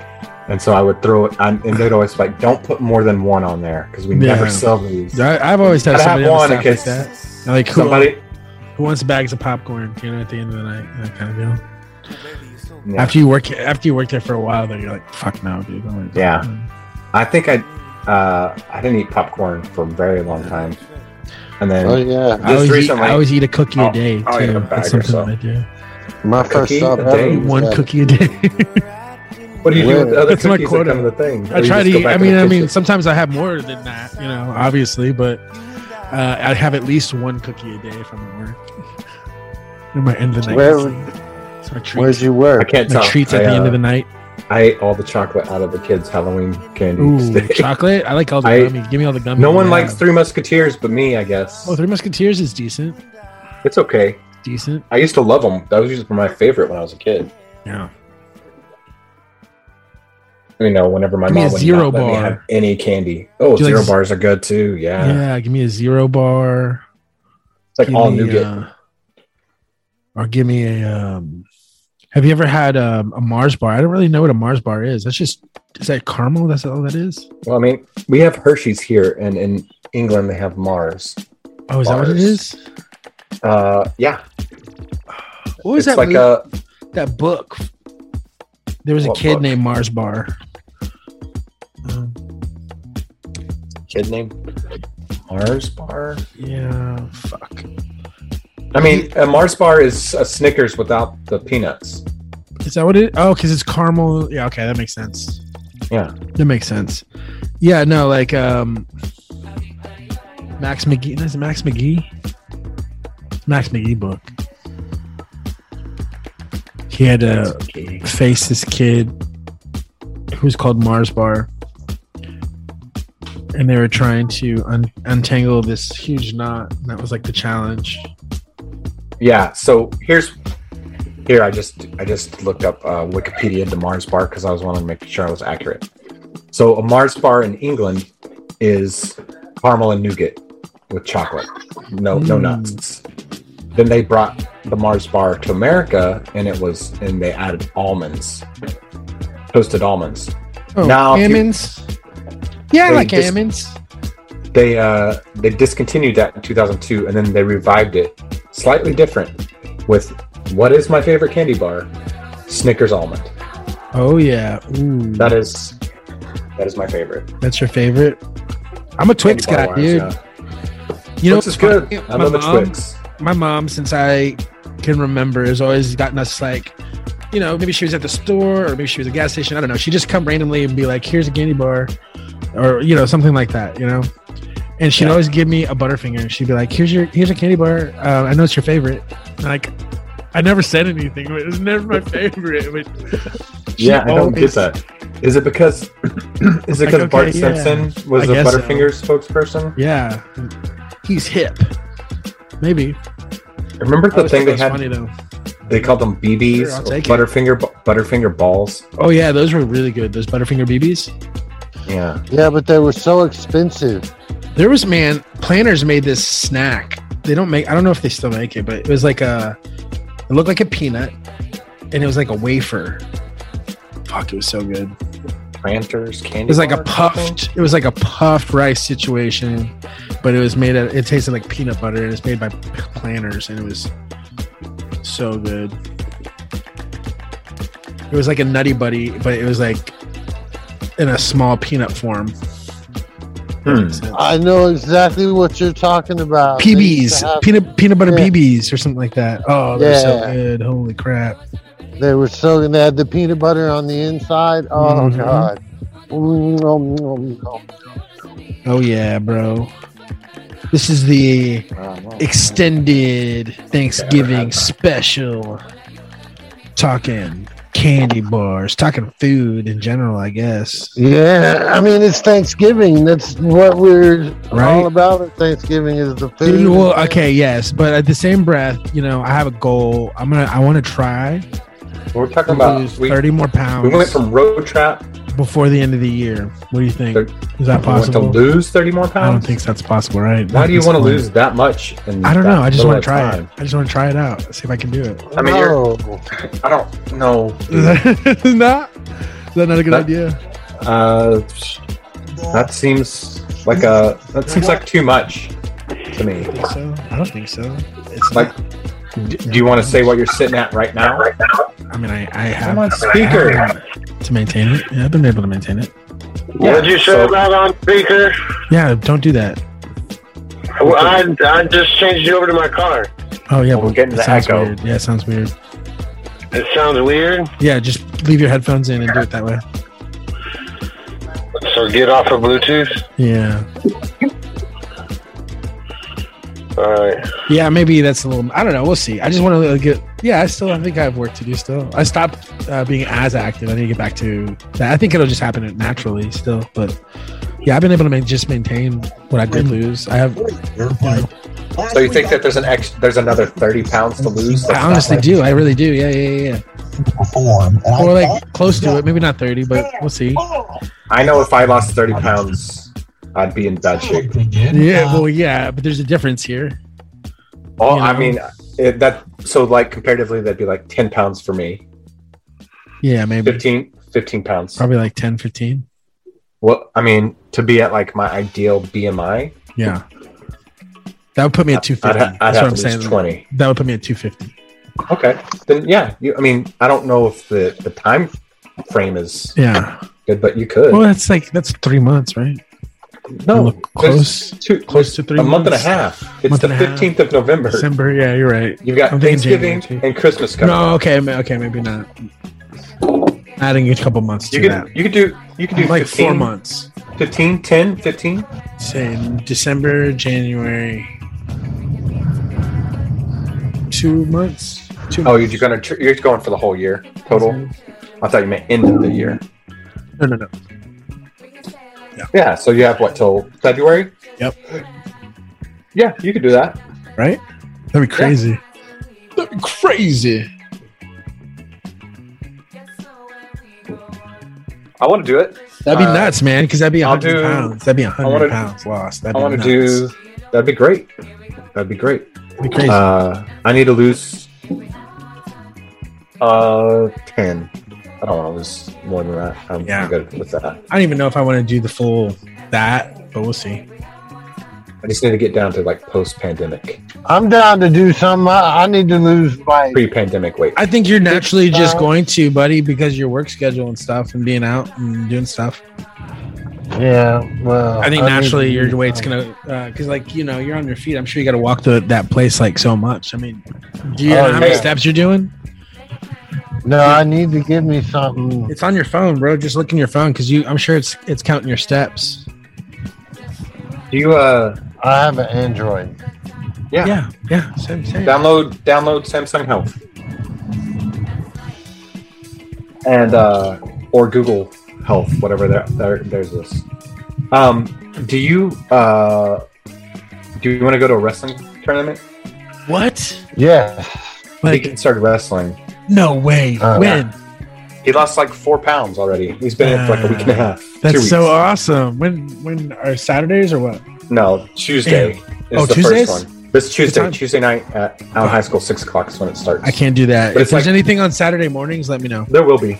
And so I would throw it, on, and they'd always like, don't put more than one on there because we never Yeah. sell these. I, have always had Gotta somebody have on one the in staff like case that. Like who, somebody- who wants bags of popcorn? You know, at the end of the night, that kind of deal. Yeah. After you work, after you work there for a while, then you're like, fuck no, dude. I don't want to- Yeah, I think I, uh, I didn't eat popcorn for a very long time, and then Oh, yeah. I just always, eat, recently, I always eat a cookie I'll- a day too. I'll eat a bag That's or something so. I do. My first Cookie stop a ever day? was One at- cookie a day. What do you do with the other That's my cookies that quota. come in the thing? Or I you try just to. go Eat, back I in the mean, I mean, kitchen? sometimes I have more than that, you know, obviously, but uh, I have at least one cookie a day if I'm at work. In my end of the night. Where- it's my treat. Where'd you work? I can't my tell. treats at I, the end uh, of the night. I ate all the chocolate out of the kids' Halloween candy. Ooh, stick. chocolate. I like all the I- gummies. Give me all the gummies. No one I likes have. Three Musketeers but me, I guess. Oh, Three Musketeers is decent. It's okay. Decent. I used to love them. That was used to be my favorite when I was a kid. Yeah. You know, whenever my Give me mom a would zero not let me bar. have any candy. Oh, Do you zero like- bars are good too. Yeah, Yeah. give me a zero bar. it's like give all me, nougat. uh, or give me a. Um, have you ever had um, a Mars bar? I don't really know what a Mars bar is. That's just is that caramel? That's all that is. Well, I mean, we have Hershey's here, and in England they have Mars. Oh, is that what it Bars. is? Uh, yeah, What was it's that? like movie- a that book. There was a What kid book? named Mars Bar. kid named Mars bar. Yeah, fuck. I mean, a Mars bar is a Snickers without the peanuts. Is that what it? Oh, because it's caramel. Yeah, okay, that makes sense. Yeah, That makes sense. Yeah, no, like um, Max McGee. That's Max McGee. Max McGee book. He had to face this kid who was called Mars Bar, and they were trying to un- untangle this huge knot. And that was like the challenge. yeah. So here's here. I just I just looked up uh, Wikipedia to Mars bar because I was wanting to make sure I was accurate. So a Mars bar in England is caramel and nougat with chocolate. No, no Mm. nuts. Then they brought the Mars bar to America, and it was, and they added almonds, toasted almonds. Oh, Now, if you- almonds. yeah, I They like just- almonds. They uh, they discontinued that in 2002, and then they revived it, slightly different, with what is my favorite candy bar, Snickers almond. Oh yeah, Ooh, That is, that is my favorite. that's your favorite. I'm a Twix Candy bar guy, wise, dude. yeah. You know, Twix is good. I love a Twix. My mom, since I can remember, has always gotten us like, you know, maybe she was at the store or maybe she was at a gas station. I don't know. She just come randomly and be like, "Here's a candy bar," or you know, something like that. You know, and she'd always give me a Butterfinger. and She'd be like, "Here's your here's a candy bar. Uh, I know it's your favorite." And like, I never said anything. but It was never my favorite. but she yeah, I don't get always- that. Is it because is Like, it because okay, Bart yeah. Simpson was I the guess so. Butterfinger spokesperson? Yeah, he's hip. Maybe. Remember I the always thing thought they that had? was Funny though. They called them BBs, Sure, I'll or take it. Butterfinger, Butterfinger balls. Oh yeah, those were really good. Those Butterfinger BBs. Yeah, Yeah, but they were so expensive. There was man, Planters made this snack. They don't make. I don't know if they still make it, but it was like a. It looked like a peanut, and it was like a wafer. Fuck, it was so good. planters, candy. It was like a bar or something? puffed. It was like a puffed rice situation, but it was made. Of, it tasted like peanut butter, and it's made by Planters, and it was so good. It was like a nutty buddy, but it was like in a small peanut form. Hmm. I know exactly what you're talking about. Oh, They used to PBs, have- peanut peanut butter Yeah. PBs or something like that. Oh, they're so Yeah. good! Holy crap! They were so and they had the peanut butter on the inside. Oh Mm-hmm. Mhm. god. Mm, nom, nom, nom. Oh yeah, bro. This is the Oh, wow. extended Thanksgiving special. Talking candy bars, talking food in general, I guess. Yeah, I mean it's Thanksgiving. That's what we're Right. all about. At Thanksgiving is the food. Dude, well, okay, yes, but at the same breath, you know, I have a goal. I'm gonna, I want to try We're talking about lose we, 30 more we went pounds from road trap. before the end of the year. What do you think? Is that we went possible? to lose thirty more I don't pounds. think that's possible, right? Why At do you this want to point. lose that much? In I don't that know. I just little want to try time? it. I just want to try it out. See if I can do it. I mean, you're, I don't know. Is that not? Is that not a good That- idea? Uh, that seems like a that seems like too much to me. I think so. I don't think so. It's like, Like, d- do you want to say what you're sitting at right now? I mean, I, I have I'm on speaker. I have to maintain it. Yeah, I've been able to maintain it. What'd you say so- about on speaker? Yeah, don't do that. Well, I, I just changed you over to my car. Oh yeah, We're but getting it the sounds echo. Weird. Yeah, it sounds weird. It sounds weird, Yeah, just leave your headphones in and do it that way. so get off of Bluetooth. Yeah, All right. yeah, maybe that's a little. I don't know. We'll see. I just want to get. Yeah, I still. I think I have work to do. Still, I stopped uh, being as active. I need to get back to that. I think it'll just happen naturally. Still, but yeah, I've been able to make, just maintain what I did lose. I have. So you think that there's an ex, there's another thirty pounds to lose? I honestly do. I really do. Yeah, yeah, yeah. yeah. Or like close to it. Maybe not thirty, but we'll see. I know if I lost thirty pounds, I'd be in bad shape. Yeah. Well, yeah, but there's a difference here. Oh, You I know? mean it, that. So like comparatively, that'd be like ten pounds for me. Yeah, maybe 15, 15 pounds. probably like 10, 15. Well, I mean to be at like my ideal BMI, Yeah. That would put me at I'd, 250. ha- I'd That's what have I'm to lose saying. twenty. That would put me at 250. Okay, then yeah. You, I mean, I don't know if the the time frame is Yeah. good, but you could. Well, that's like, that's three months, right? no, look close- there's two, Close to three a month and a months. half. It's Month the and a half. fifteenth of November. December. Yeah, you're right. You've got I'm thinking January, Thanksgiving too. and Christmas coming. No, okay. ma- Okay. Maybe not. Adding a couple months to you could that. you could do you could do like 15, four months. 15, 10, 15. Say in December, January. Two months. Two Oh, you're gonna tr- you're going for the whole year total. I thought you meant end of the year. Oh, No, no, no. Yeah, so you have what till February? Yep. Yeah, you could do that. Right? That'd be crazy. That'd be crazy. I want to do it. That'd be Uh, nuts, man. Because that'd be a I'll hundred do- pounds. That'd be a wanna- hundred pounds lost. That'd I be want to nuts. do. That'd be great. That'd be great. That'd be crazy. Uh, I need to lose uh ten. I don't want to lose more than that. I'm Yeah. good with that. I don't even know if I want to do the full that, but we'll see. I just need to get down to like post-pandemic, I'm down to do something. I, I need to lose my. pre-pandemic weight. I think you're naturally just Uh, going to, buddy, because your work schedule and stuff, and being out and doing stuff. Yeah, well, I think need naturally to your lose weight's my- gonna, because uh, like you know you're on your feet. I'm sure you got to walk to that place like so much. I mean, do you Oh, know how many yeah. steps you're doing? No, I need to give me something. It's on your phone, bro. Just look in your phone because you. I'm sure it's it's counting your steps. Do you uh I have an Android. yeah, Yeah, yeah, same, same. download download Samsung Health and uh or Google Health, whatever there, there there's this. Um, do you uh do you want to go to a wrestling tournament? What? Yeah, he Like can start wrestling. no way. Uh, when? He lost like four pounds already. He's been in for like a week and a half. two Uh, That's weeks. so awesome. When when are Saturdays or what? No, Tuesday is Oh, the Tuesdays? first one. This Tuesday, time? Tuesday night at Allen High School, six o'clock is when it starts. I can't do that. But If it's there's like- anything on Saturday mornings, let me know. There will be.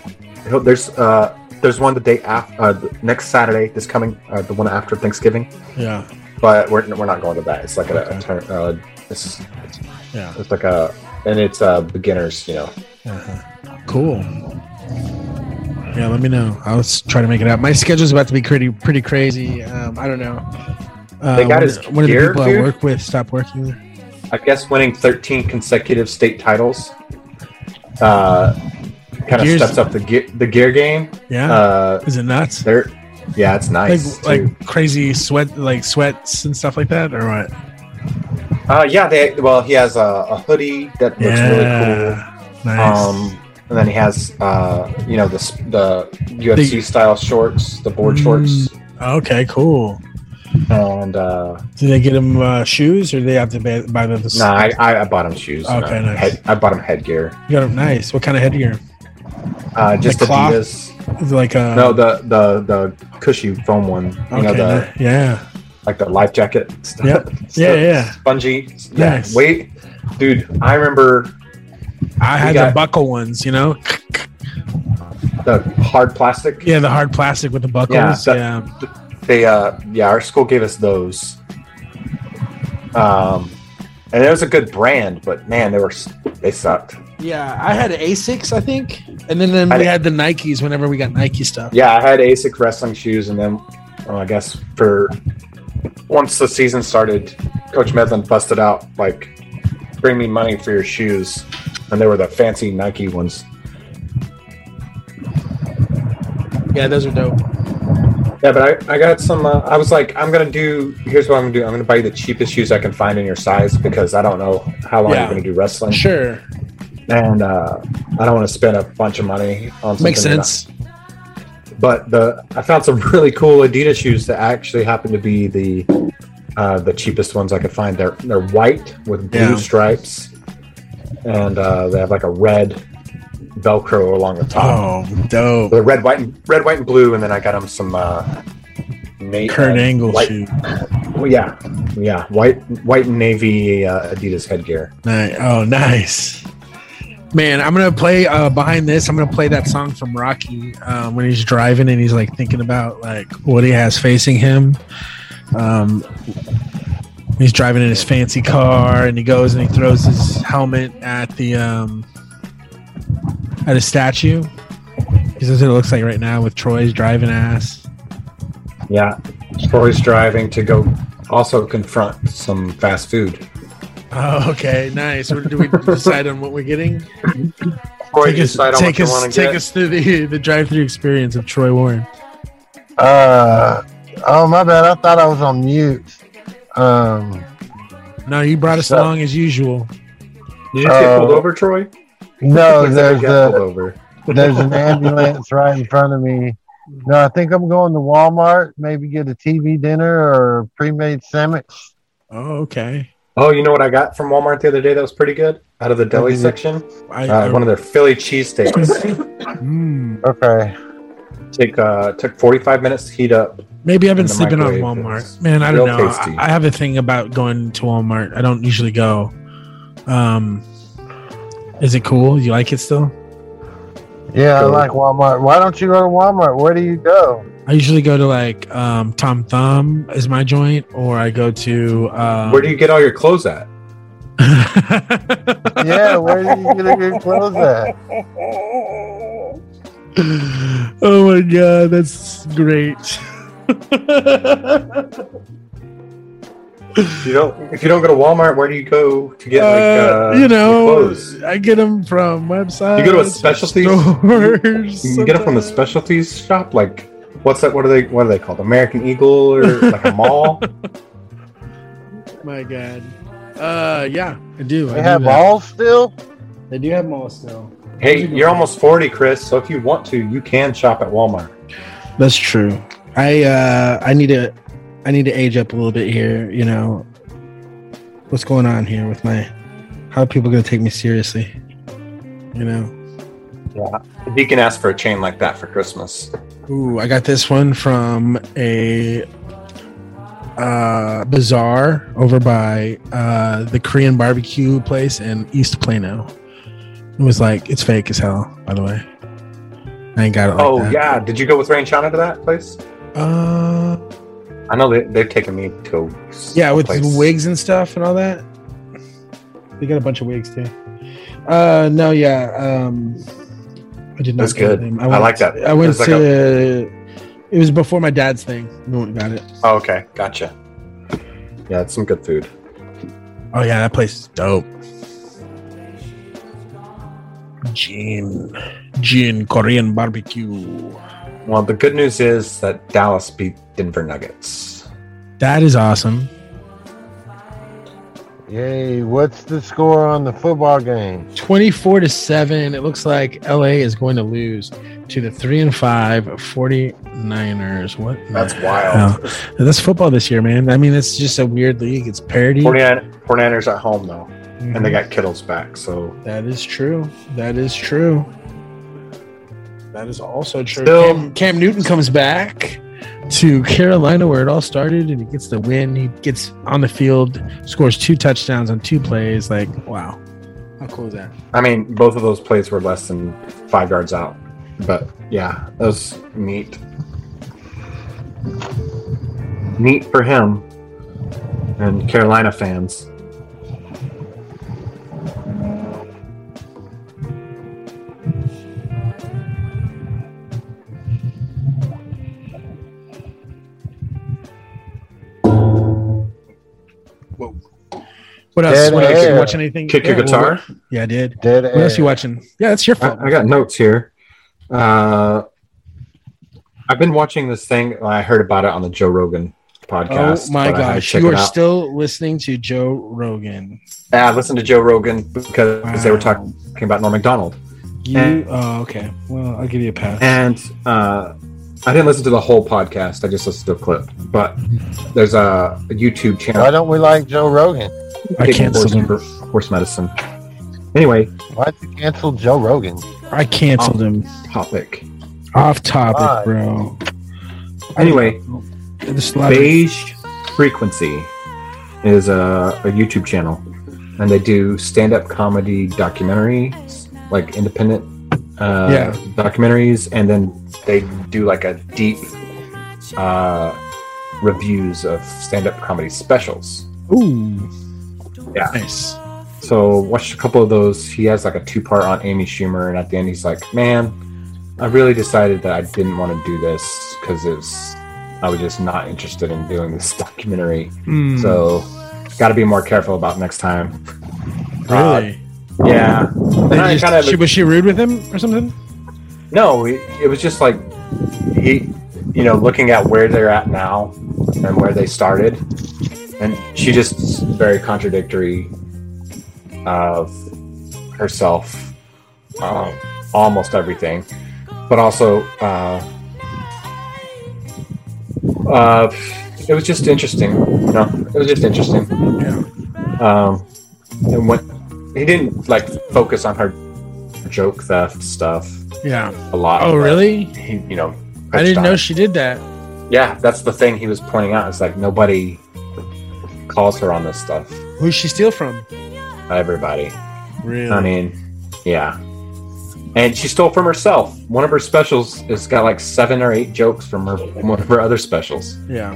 There's uh, there's one the day after uh, the next Saturday. This coming uh, the one after Thanksgiving, Yeah, but we're, we're not going to that. It's like a, Okay. turn, uh, it's, yeah. it's like a and it's uh, beginners. You know, Uh-huh. Cool. Yeah, let me know. I'll s- try to make it out. My schedule's about to be pretty pretty crazy. Um, I don't know. Uh, They got one, his of- one of the gear, people I dude? work with stopped working there. I guess winning 13 consecutive state titles, uh, kind of Gears- steps up the gear, the gear game. Yeah, Uh, is it nuts? They're Yeah, it's nice. like, like crazy sweat, like sweats and stuff like that, or what? Uh, yeah, they well, he has a, a hoodie that looks Yeah, really cool. nice. Um, and then he has, uh, you know, the s- the UFC style shorts, the board shorts, Okay, cool. Mm. and uh, Do they get him uh, shoes, or do they have to buy, buy them? no, I, I, I bought him shoes. and, Okay, uh, nice. head- I bought him headgear. you got him nice. What kind of headgear? Uh, just Like cloth? Adidas. Like uh, no, the the the cushy foam one. You know Okay, the ni- yeah. like the life jacket stuff. Yep. It's Yeah, the yeah. Spongy. Yeah. Nice. Wait, dude, I remember I we had the got buckle ones, you know. the hard plastic. Yeah, the hard plastic with the buckles. Yeah, Yeah, that- they uh yeah our school gave us those um and it was a good brand but man they were s- they sucked Yeah, I had Asics, I think, and then, then I we did- had the Nikes whenever we got Nike stuff. yeah i had asic wrestling shoes and then well, i guess for once the season started coach medlin busted out like bring me money for your shoes and they were the fancy nike ones Yeah, those are dope. yeah but i, I got some uh, i was like i'm gonna do here's what i'm gonna do i'm gonna buy you the cheapest shoes i can find in your size because i don't know how long Yeah. you're gonna do wrestling Sure, and uh, I don't want to spend a bunch of money on something makes that I- sense. but the I found some really cool Adidas shoes that actually happen to be the uh, the cheapest ones I could find. They're they're white with blue Yeah. stripes, and uh, they have like a red Velcro along the top. Oh, dope! The red, white, and red, white, and blue, and then I got them some uh, na- Kurt uh, Angle white- shoe. Well, yeah, yeah, white, white and navy uh, Adidas headgear. Ni- Oh, nice. Man, I'm gonna play uh, behind this. I'm gonna play that song from Rocky um, when he's driving and he's like thinking about like what he has facing him. Um, he's driving in his fancy car and he goes and he throws his helmet at the um, at a statue. This is what it looks like right now with Troy's driving ass. Yeah, Troy's driving to go also confront some fast food. Oh, okay, nice. What do we decide on what we're getting? Troy, take us, decide on take, what you us- wanna take get. us through the, the drive-through experience of Troy Warren. Uh, oh my bad. I thought I was on mute. Um, No, you brought us along as usual. Did you just get pulled over, Troy? no, Looks like there's you got pulled a over. there's an ambulance right in front of me. No, I think I'm going to Walmart. Maybe get a TV dinner or pre-made sandwich. Oh, okay. Oh, you know what I got from Walmart the other day that was pretty good out of the deli Mhm. section? I, Uh, one of their Philly cheesesteaks. hmm, Okay. Take uh, took 45 minutes to heat up. Maybe I've in been the sleeping on microwave. Walmart. It's Man, I don't real know. tasty. I, I have a thing about going to Walmart. I don't usually go. Um, is it cool? You like it still? Yeah, I Go. like Walmart. Why don't you go to Walmart? Where do you go? I usually go to like um, Tom Thumb is my joint, or I go to um, Where do you get all your clothes at? um, Yeah, where do you get your clothes at? oh my god, that's great. If you don't, if you don't go to Walmart, where do you go to get Uh, like uh, you know, your clothes? I get them from websites. You go to a specialty. stores. You can get them from the sometimes. specialties shop. Like, what's that? What are they? What are they called? American Eagle or like a mall? My god. Uh, yeah, I do. I do They have that. all still. They do have malls still. hey, you're almost 40, Chris. So if you want to, you can shop at Walmart. That's true. I uh, I need to, I need to age up a little bit here. You know, what's going on here with my? How are people gonna take me seriously? You know. Yeah. He can ask for a chain like that for Christmas. Ooh, I got this one from a uh, bazaar over by uh, the Korean barbecue place in East Plano. It was like it's fake as hell, by the way. I ain't got it. Like oh that. yeah, did you go with Ray and Shauna to that place? Uh, I know they they've taken me to yeah, a with place. wigs and stuff and all that. They got a bunch of wigs too. Uh, no, yeah. Um, I did not. That's get good. them. I went- like that. I went It's like to. it was before my dad's thing. We went and got it. Oh, okay, gotcha. Yeah, it's some good food. Oh yeah, that place is dope. Gin, gin, Korean barbecue. Well, the good news is that Dallas beat Denver Nuggets. That is awesome. Yay. What's the score on the football game? 24 to 7. It looks like LA is going to lose to the 3 and 5 49ers. What? That's the wild. hell? That's football this year, man. I mean, it's just a weird league. It's parody. 49 49ers at home though, and they Mhm. got Kittle's back. So That is true. That is true. That is also true. Still- Cam, Cam Newton comes back to Carolina where it all started and he gets the win. He gets on the field, scores two touchdowns on two plays. Like, wow. How cool is that? I mean, both of those plays were less than five yards out, but yeah, that was neat. Neat for him and Carolina fans. What else? Dead What else? You air. watching anything? Kick your Yeah, guitar? what- yeah, I did. Dead What else you watching? Yeah, that's your fault. I, I got notes here. Uh, I've been watching this thing. I heard about it on the Joe Rogan podcast. oh my but I had to gosh. check You it are out. still listening to Joe Rogan. Yeah, I listened to Joe Rogan because they were talking about Norm Macdonald. You And- oh okay. Well, I'll give you a pass. And uh, I didn't listen to the whole podcast. I just listened to a clip. But there's a, a YouTube channel. Why don't we like Joe Rogan? I Taking canceled horse- Horse medicine. Anyway, Why'd you cancel Joe Rogan? I canceled Oh. him. Topic. Off topic, Why? bro. Anyway, There's a lot of- Beige Frequency is a, a YouTube channel, and they do stand-up comedy documentaries, like independent uh, Yeah. documentaries, and then they do like a deep uh, reviews of stand-up comedy specials. Ooh. Yeah. Nice. So watched a couple of those. He has like a two-part on Amy Schumer, and at the end he's like, "Man, I really decided that I didn't want to do this because it's I was just not interested in doing this documentary. Hmm. So got to be more careful about next time." Uh, Really? yeah. And I Did you- kinda- she- was she rude with him or something? no, it, it was just like he, you know, looking at where they're at now and where they started, and she just very contradictory of herself, um, almost everything, but also, uh, uh, it was just interesting. You know, it was just interesting. Um, and what he didn't like focus on her joke theft stuff Yeah. a lot. Oh, but really? He, you know, I didn't touched know on she did that. it. Yeah, that's the thing he was pointing out. It's like nobody calls her on this stuff. Who's she steal from? Everybody. Really? I mean, yeah. And she stole from herself. One of her specials has got like seven or eight jokes from her from one of her other specials. Yeah.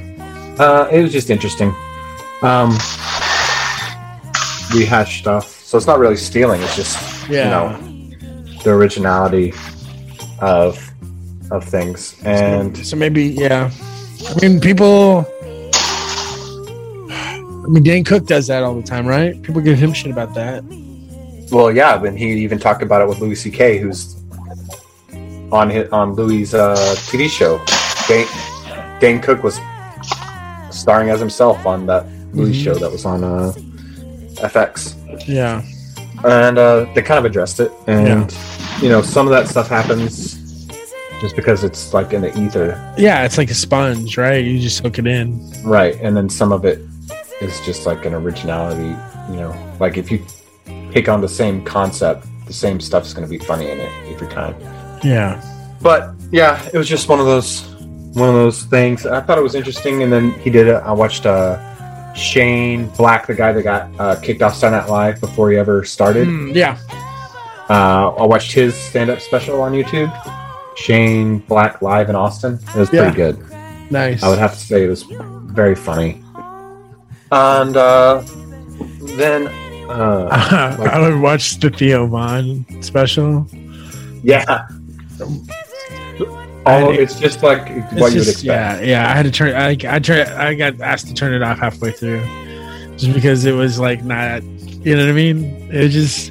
Uh, it was just interesting. Um, rehash stuff. So it's not really stealing. It's just Yeah. you know the originality of of things. And So maybe, yeah. I mean, people. I mean, Dan Cook does that all the time, right? People give him shit about that. Well, yeah, when he even talked about it with Louis C.K., who's on his, on Louis' uh, TV show. Dane, Dane Cook was starring as himself on that Louis Mhm. show that was on uh, FX, Yeah. and uh, they kind of addressed it. And you know, some of that stuff happens just because it's like in the ether, Yeah, it's like a sponge, right? You just soak it in. right? And then some of it is just like an originality. You know, like if you pick on the same concept, the same stuff's going to be funny in it every time. Yeah. but yeah, it was just one of those one of those things. I thought it was interesting, and then he did it. I watched uh, Shane Black, the guy that got uh, kicked off Saturday Night Live before he ever started. Mm, yeah. Uh, I watched his stand up special on YouTube, Shane Black Live in Austin. It was Yeah. pretty good. Nice. I would have to say it was very funny. And uh, then, uh, I would watch the Theo Von special. yeah. Although it's just like It's what you would just- expect. Yeah, yeah. I had to turn. I I tried, I got asked to turn it off halfway through, just because it was like not. You know what I mean? It just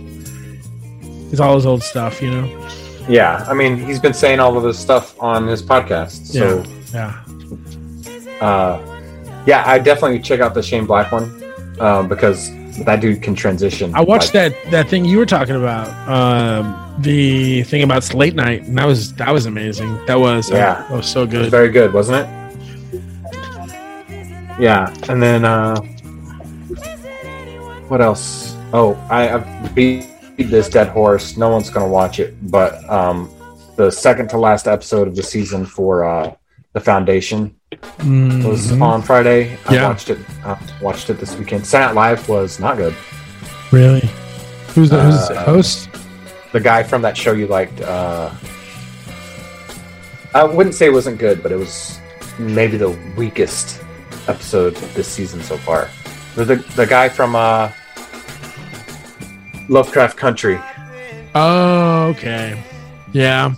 it's all his old stuff. You know. Yeah, I mean, he's been saying all of this stuff on his podcast. So, yeah. uh, yeah, I definitely check out the Shane Black one uh, because that dude can transition. I watched that that thing you were talking about, um, the thing about it's late night, and that was that was amazing. That was uh, Yeah. that was so It was good. very good, wasn't it? Yeah, and then uh, what else? Oh, I, I beat this dead horse. No one's gonna watch it, but um, the second to last episode of the season for uh, the Foundation was Mhm. on Friday. I Yeah. watched it. I watched it this weekend. Saturday Night Live was not good. Really? Who's the, who's the Uh, host? The guy from that show you liked. Uh, I wouldn't say it wasn't good, but it was maybe the weakest episode this season so far. The the, the guy from uh, Lovecraft Country. Oh, okay. Yeah.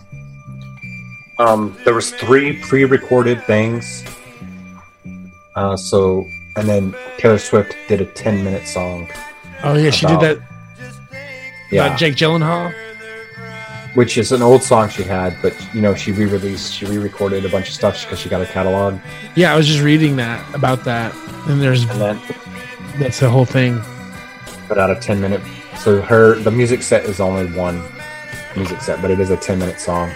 Um, there was three pre-recorded things. Uh, so and then Taylor Swift did a 10-minute song. Oh yeah, she about- did that. About Jake Gyllenhaal. which is an old song she had, but you know she re-released, she re-recorded a bunch of stuff because she got a catalog. Yeah, I was just reading that about that, and there's that's the whole thing. But out of ten minute, so her the music set is only one music set, but it is a ten minute song.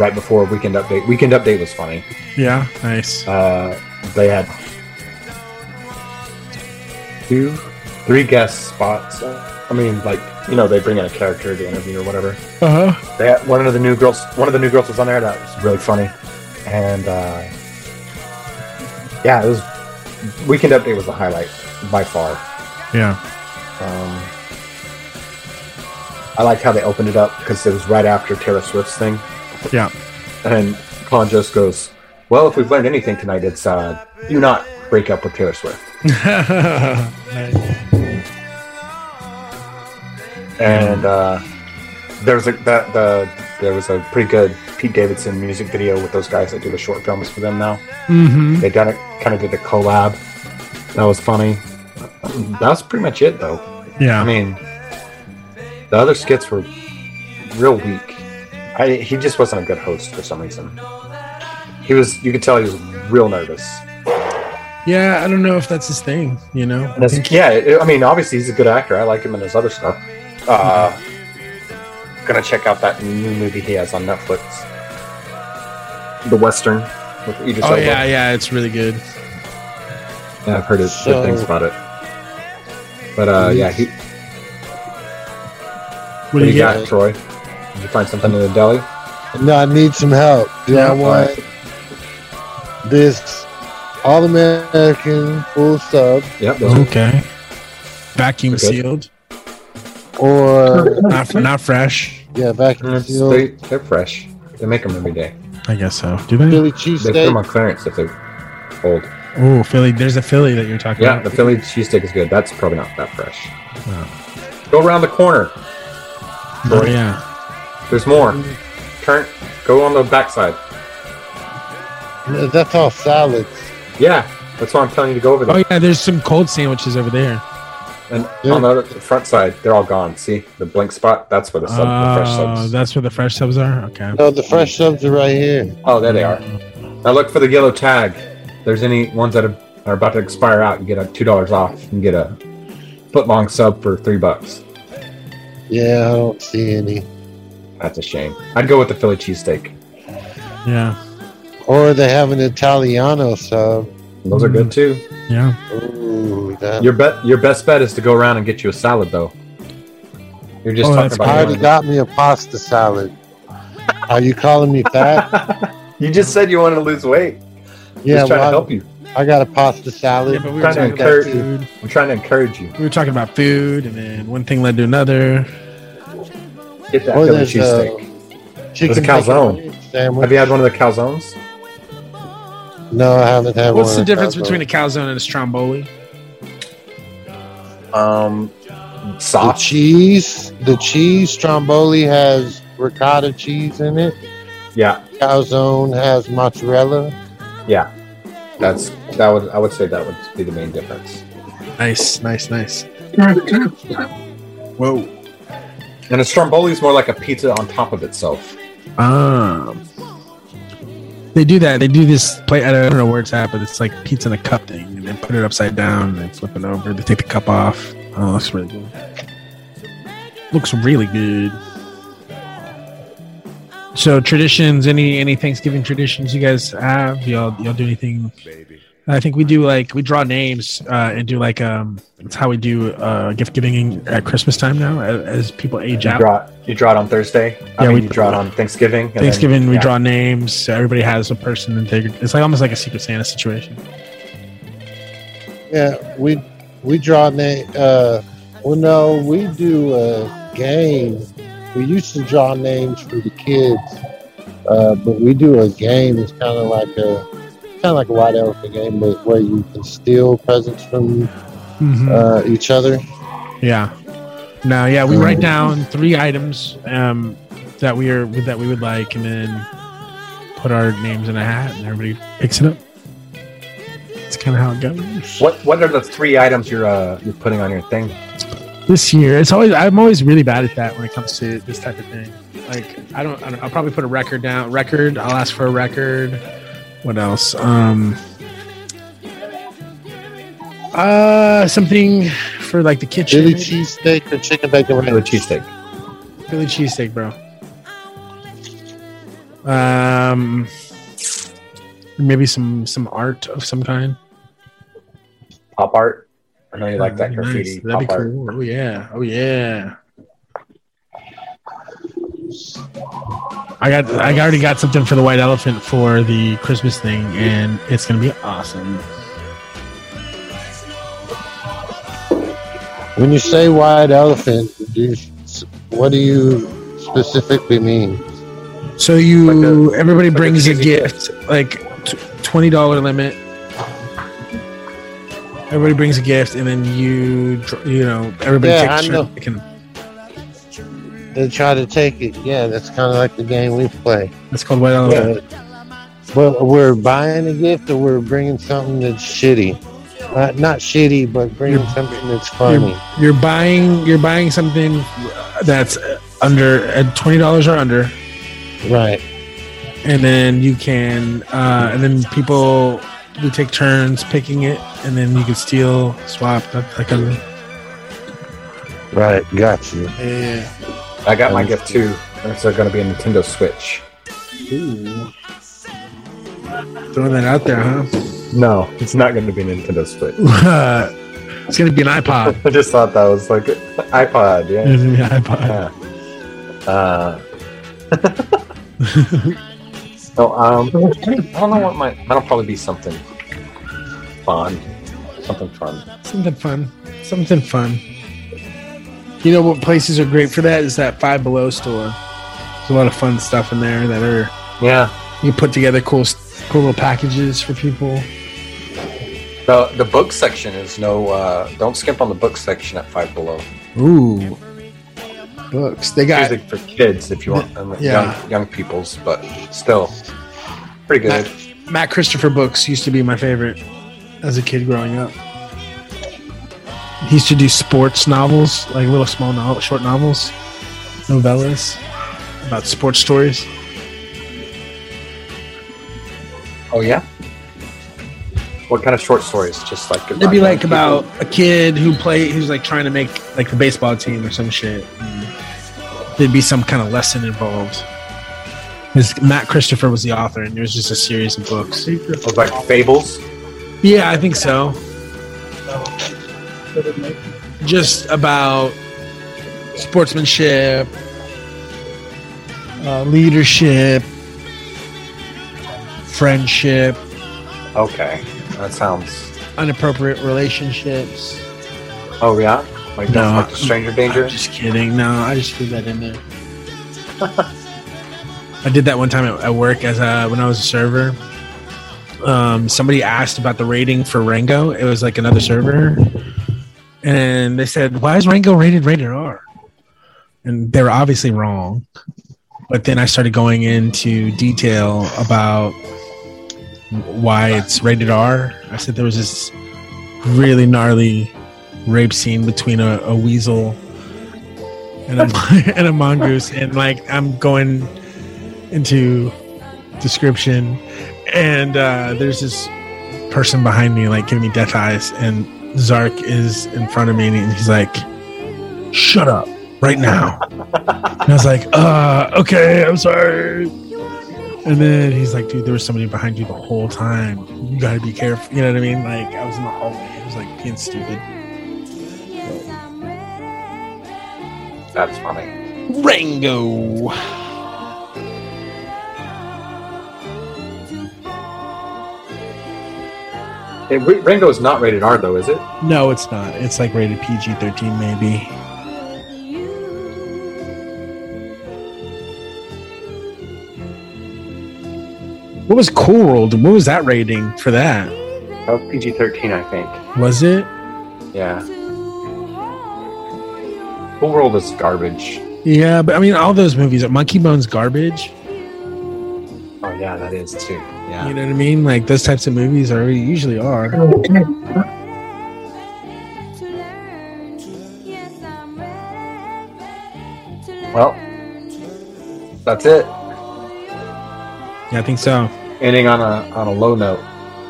Right before Weekend Update, Weekend Update was funny. Yeah, nice. Uh, they had two, three guest spots. I mean, like you know, they bring in a character to interview or whatever. Uh huh. They had, one of the new girls, one of the new girls was on there. That was really funny, and uh, yeah, it was. Weekend Update was the highlight by far. Yeah. Um, I liked how they opened it up because it was right after Taylor Swift's thing, Yeah. and Con just goes, "Well, if we've learned anything tonight, it's uh, do not break up with Taylor Swift." and uh, there was a that the there was a pretty good Pete Davidson music video with those guys that do the short films for them now. Mhm. They done it, kind of did a collab. That was funny. That was pretty much it, though. Yeah. I mean, the other skits were real weak. I he just wasn't a good host for some reason. He was you could tell he was real nervous. Yeah, I don't know if that's his thing. You know. And it's- yeah, it, I mean, obviously he's a good actor. I like him in his other stuff. Uh, Gonna check out that new movie he has on Netflix, the Western with Idris Oh Elba. yeah, yeah, it's really good. Yeah, I've heard it, So- good things about it. But uh, yeah, he. do What do you you get? got, Troy? Did you find something in the deli? No, I need some help. Do I Yeah, want this all American full sub? Yep. Okay. Vacuum sealed. Or not, not fresh. Yeah, vacuum sealed. They, they're fresh. They make them every day. I guess so. Do they? Philly They put them cheesesteak. on clearance if they're old. Oh, Philly. There's a Philly that you're talking Yeah, about. the Philly cheesesteak is good. That's probably not that fresh. Oh. Go around the corner. Oh, yeah. There's more. Turn. Go on the backside. That's all salads. Yeah, that's why I'm telling you to go over there. Oh yeah. There's some cold sandwiches over there. And on the, other, the front side, they're all gone. See the blink spot? That's where the, sub, the fresh Oh, subs. that's where the fresh subs are. Okay. No, the fresh subs are right here. Oh, there they are. Now look for the yellow tag. If there's any ones that are, are about to expire out, you get a two dollars off. You can get a foot long sub for three bucks. Yeah, I don't see any. That's a shame. I'd go with the Philly cheesesteak. Yeah. Or they have an Italiano sub. Those are Mm. good too. Yeah. Ooh, that. Your bet, your best bet is to go around and get you a salad though. You're just Oh, talking I about. already going- got me a pasta salad. Are you calling me fat? you just said you wanted to lose weight. yeah, just trying well, to help you. I got a pasta salad. Yeah, but we were Trying to talking about encourage- food. I'm trying to encourage you. We were talking about food, and then one thing led to another. Get that Or Philly there's, uh, cheesesteak. There's a chicken calzone. bacon sandwich. Have you had one of the calzones? No, I haven't had one. What's the of difference those. between a calzone and a stromboli? Um, the soft. cheese? The cheese Stromboli has ricotta cheese in it. Yeah, Calzone has mozzarella. yeah. That's that would I would say that would be the main difference. Nice, nice, nice. Whoa. And a stromboli is more like a pizza on top of itself. Um, they do that. They do this play. I don't know where it's at, but it's like pizza in a cup thing, and they put it upside down and they flip it over. They take the cup off. Oh, looks really good. Looks really good. So traditions, any any Thanksgiving traditions you guys have? Y'all y'all do anything? I think we do like we draw names uh, and do like um it's how we do uh gift giving at Christmas time now as, as people age You out. draw, you draw it on Thursday. I Yeah, mean, we- you draw it on Thanksgiving. and then- Thanksgiving, we yeah. draw names. So everybody has a person that they. It's like almost like a Secret Santa situation. Yeah, we we draw name. Uh, well, no, we do a game. We used to draw names for the kids, uh, but we do a game. It's kind of like a kind of like a white elephant game, but where you can steal presents from uh, each other. Yeah. No, yeah, we write Um, down three items um, that we are that we would like, and then put our names in a hat, and everybody picks it up. It's kind of how it goes. What What are the three items you're uh, you're putting on your thing? This year, it's always I'm always really bad at that when it comes to this type of thing. Like I don't, I don't I'll probably put a record down. Record. I'll ask for a record. What else? Um, uh, something for like the kitchen. Chili cheesesteak or chicken bacon ranch? Chili cheesesteak. Philly cheesesteak, bro. Um, maybe some some art of some kind. Pop art. I know you like that graffiti. Nice. That'd be pop art. cool. Oh yeah. Oh yeah. I got. I already got something for the white elephant for the Christmas thing, and it's gonna be awesome. When you say white elephant, do you, what do you specifically mean? So you, everybody brings a gift, like t- twenty dollar limit. Everybody brings a gift, and then you, dr- you know, everybody Yeah, takes I a know. turn picking. They try to take it. Yeah, that's kind of like the game we play. It's called White Elephant. But we're buying a gift or we're bringing something that's shitty. Uh, not shitty, but bringing something that's funny. You're, you're buying. You're buying something that's uh, under at twenty dollars or under. Right. And then you can, uh, and then people we take turns picking it, and then you can steal, swap, that, that kind of thing. Right, got you. Yeah. I got my gift too. And It's going to be a Nintendo Switch. Throwing that out there, huh? No, it's not going to be a Nintendo Switch. it's going to be an iPod. I just thought that was like iPod. Yeah. It's gonna be an iPod. Mm. Yeah. Uh, so um, I don't know what my that'll probably be something fun, something fun. Something fun. Something fun. You know what places are great for that is that Five Below store. There's a lot of fun stuff in there that are yeah. You put together cool cool little packages for people. The the book section is no. Uh, don't skimp on the book section at Five Below. Ooh, books. They got music for kids if you want them, Yeah. young, young people's, but still pretty good. Matt Christopher books used to be my favorite as a kid growing up. He used to do sports novels, like little small novel, short novels, novellas about sports stories. Oh yeah. What kind of short stories? Just like They'd be like about a kid who play who's like trying to make like the baseball team or some shit. And there'd be some kind of lesson involved. This- Matt Christopher was the author, and it was just a series of books. Of like fables. Yeah, I think so. Just about sportsmanship, uh, leadership, friendship, Okay, that sounds. inappropriate relationships. Oh yeah, like No, no, like the Stranger Danger. Just kidding. No, I just threw that in there. I did that one time at, at work as a, when I was a server. Um, somebody asked about the rating for Rango. It was like another server, and they said, "Why is Rango rated rated R?" And they were obviously wrong. But then I started going into detail about why it's rated R. I said there was this really gnarly rape scene between a, a weasel and a, mon- and a mongoose, and like I'm going into description, and uh, there's this person behind me like giving me death eyes, and Zark is in front of me, and he's like, "Shut up right now." and I was like, "Uh, okay, I'm sorry." And then he's like, "Dude, there was somebody behind you the whole time. You gotta be careful." You know what I mean? Like I was in the hallway. I was like being stupid. That's funny. Rango. And R- Rango is not rated R though, is it? No, it's not. It's like rated PG thirteen, maybe. What was Cool World? What was that rating for that? That was PG thirteen, I think. Was it? Yeah. Whole world is garbage. Yeah, but I mean, all those movies. Monkey Bones, garbage. Oh yeah, that is too. Yeah. You know what I mean? Like those types of movies are usually are. Well, that's it. Yeah, I think so. Ending on a on a low note.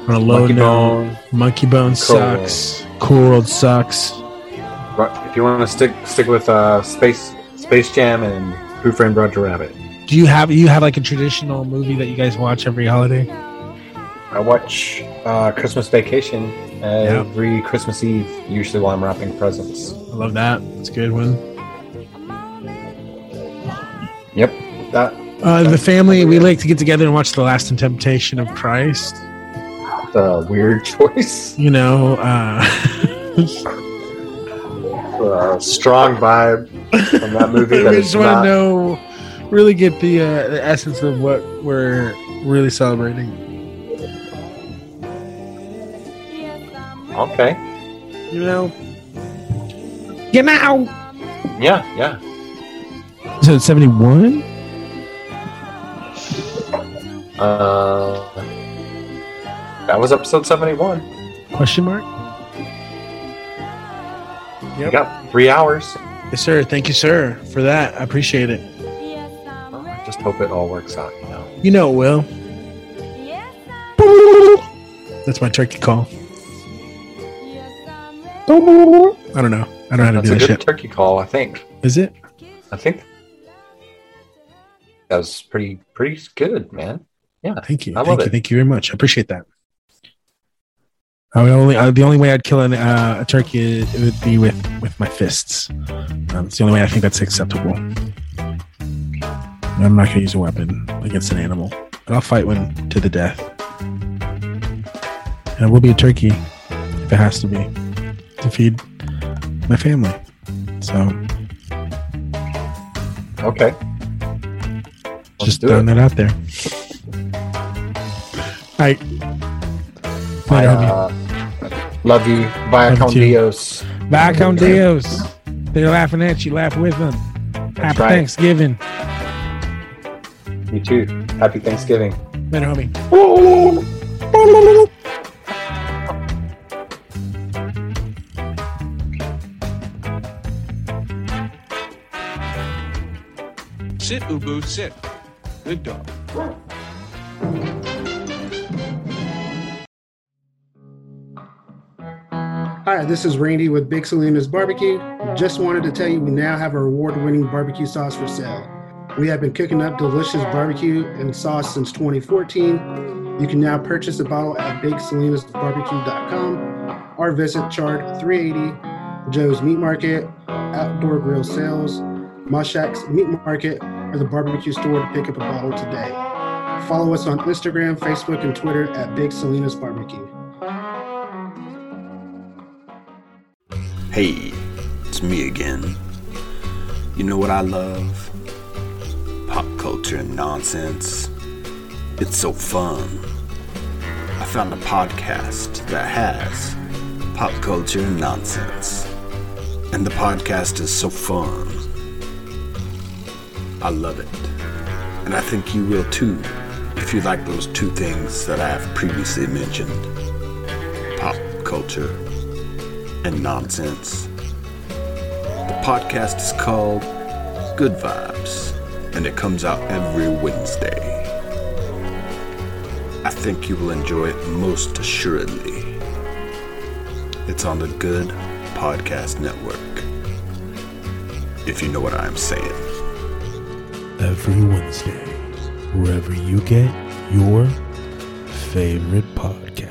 On a low Monkey note, Bone. Monkey Bones Cool World. sucks. Cool World sucks. Ru- If you want to stick stick with uh, space Space Jam and Who Framed Roger Rabbit, Do you have you have like a traditional movie that you guys watch every holiday? I watch uh, Christmas Vacation every Christmas Eve, usually while I'm wrapping presents. I love that. It's a good one. Yep. That Uh, the family we like to get together and watch The Last Temptation of Christ. The weird choice. You know, uh, uh, strong vibe from that movie. that we is just want not- to know, really get the uh, the essence of what we're really celebrating. Okay. You know, you know. Yeah, yeah. So it's seventy one. Uh, that was episode 71. Question mark. You got three hours. Yes, sir. Thank you, sir, for that. I appreciate it. I just hope it all works out, you know. You know it will. That's my turkey call. I don't know. I don't know how to do That's a that good shit. turkey call, I think. Is it? I think that was pretty pretty good, man. Yeah. Thank you. I love thank you. it. Thank you very much. I appreciate that. I would only uh, the only way I'd kill an, uh, a turkey it would be with with my fists. Um, it's the only way I think that's acceptable. I'm not going to use a weapon against an animal, but I'll fight one to the death. And it will be a turkey if it has to be to feed my family. So Okay. Let's just do throwing it. that out there. I I, love you. uh, love you. Via Love you con too. Dios. Back on Dios. They're laughing at you. Laugh with them. Happy right. Thanksgiving. You too. Happy Thanksgiving. Later, homie. Sit, Ubu, sit. Good dog. Hi, this is Randy with Big Salinas Barbecue. Just wanted to tell you we now have our award winning barbecue sauce for sale. We have been cooking up delicious barbecue and sauce since 2014. You can now purchase a bottle at BigSalinasBarbecue.com or visit Chard 380, Joe's Meat Market, Outdoor Grill Sales, Mushak's Meat Market, or the barbecue store to pick up a bottle today. Follow us on Instagram, Facebook, and Twitter at Big Salinas Barbecue. Hey, it's me again. You know what I love? Pop culture and nonsense. It's so fun. I found a podcast that has pop culture and nonsense. And the podcast is so fun. I love it. And I think you will too if you like those two things that I have previously mentioned pop culture and nonsense. The podcast is called Good Vibes, and it comes out every Wednesday. I think you will enjoy it most assuredly. It's on the Good Podcast Network. If you know what I'm saying. Every Wednesday, wherever you get your favorite podcast.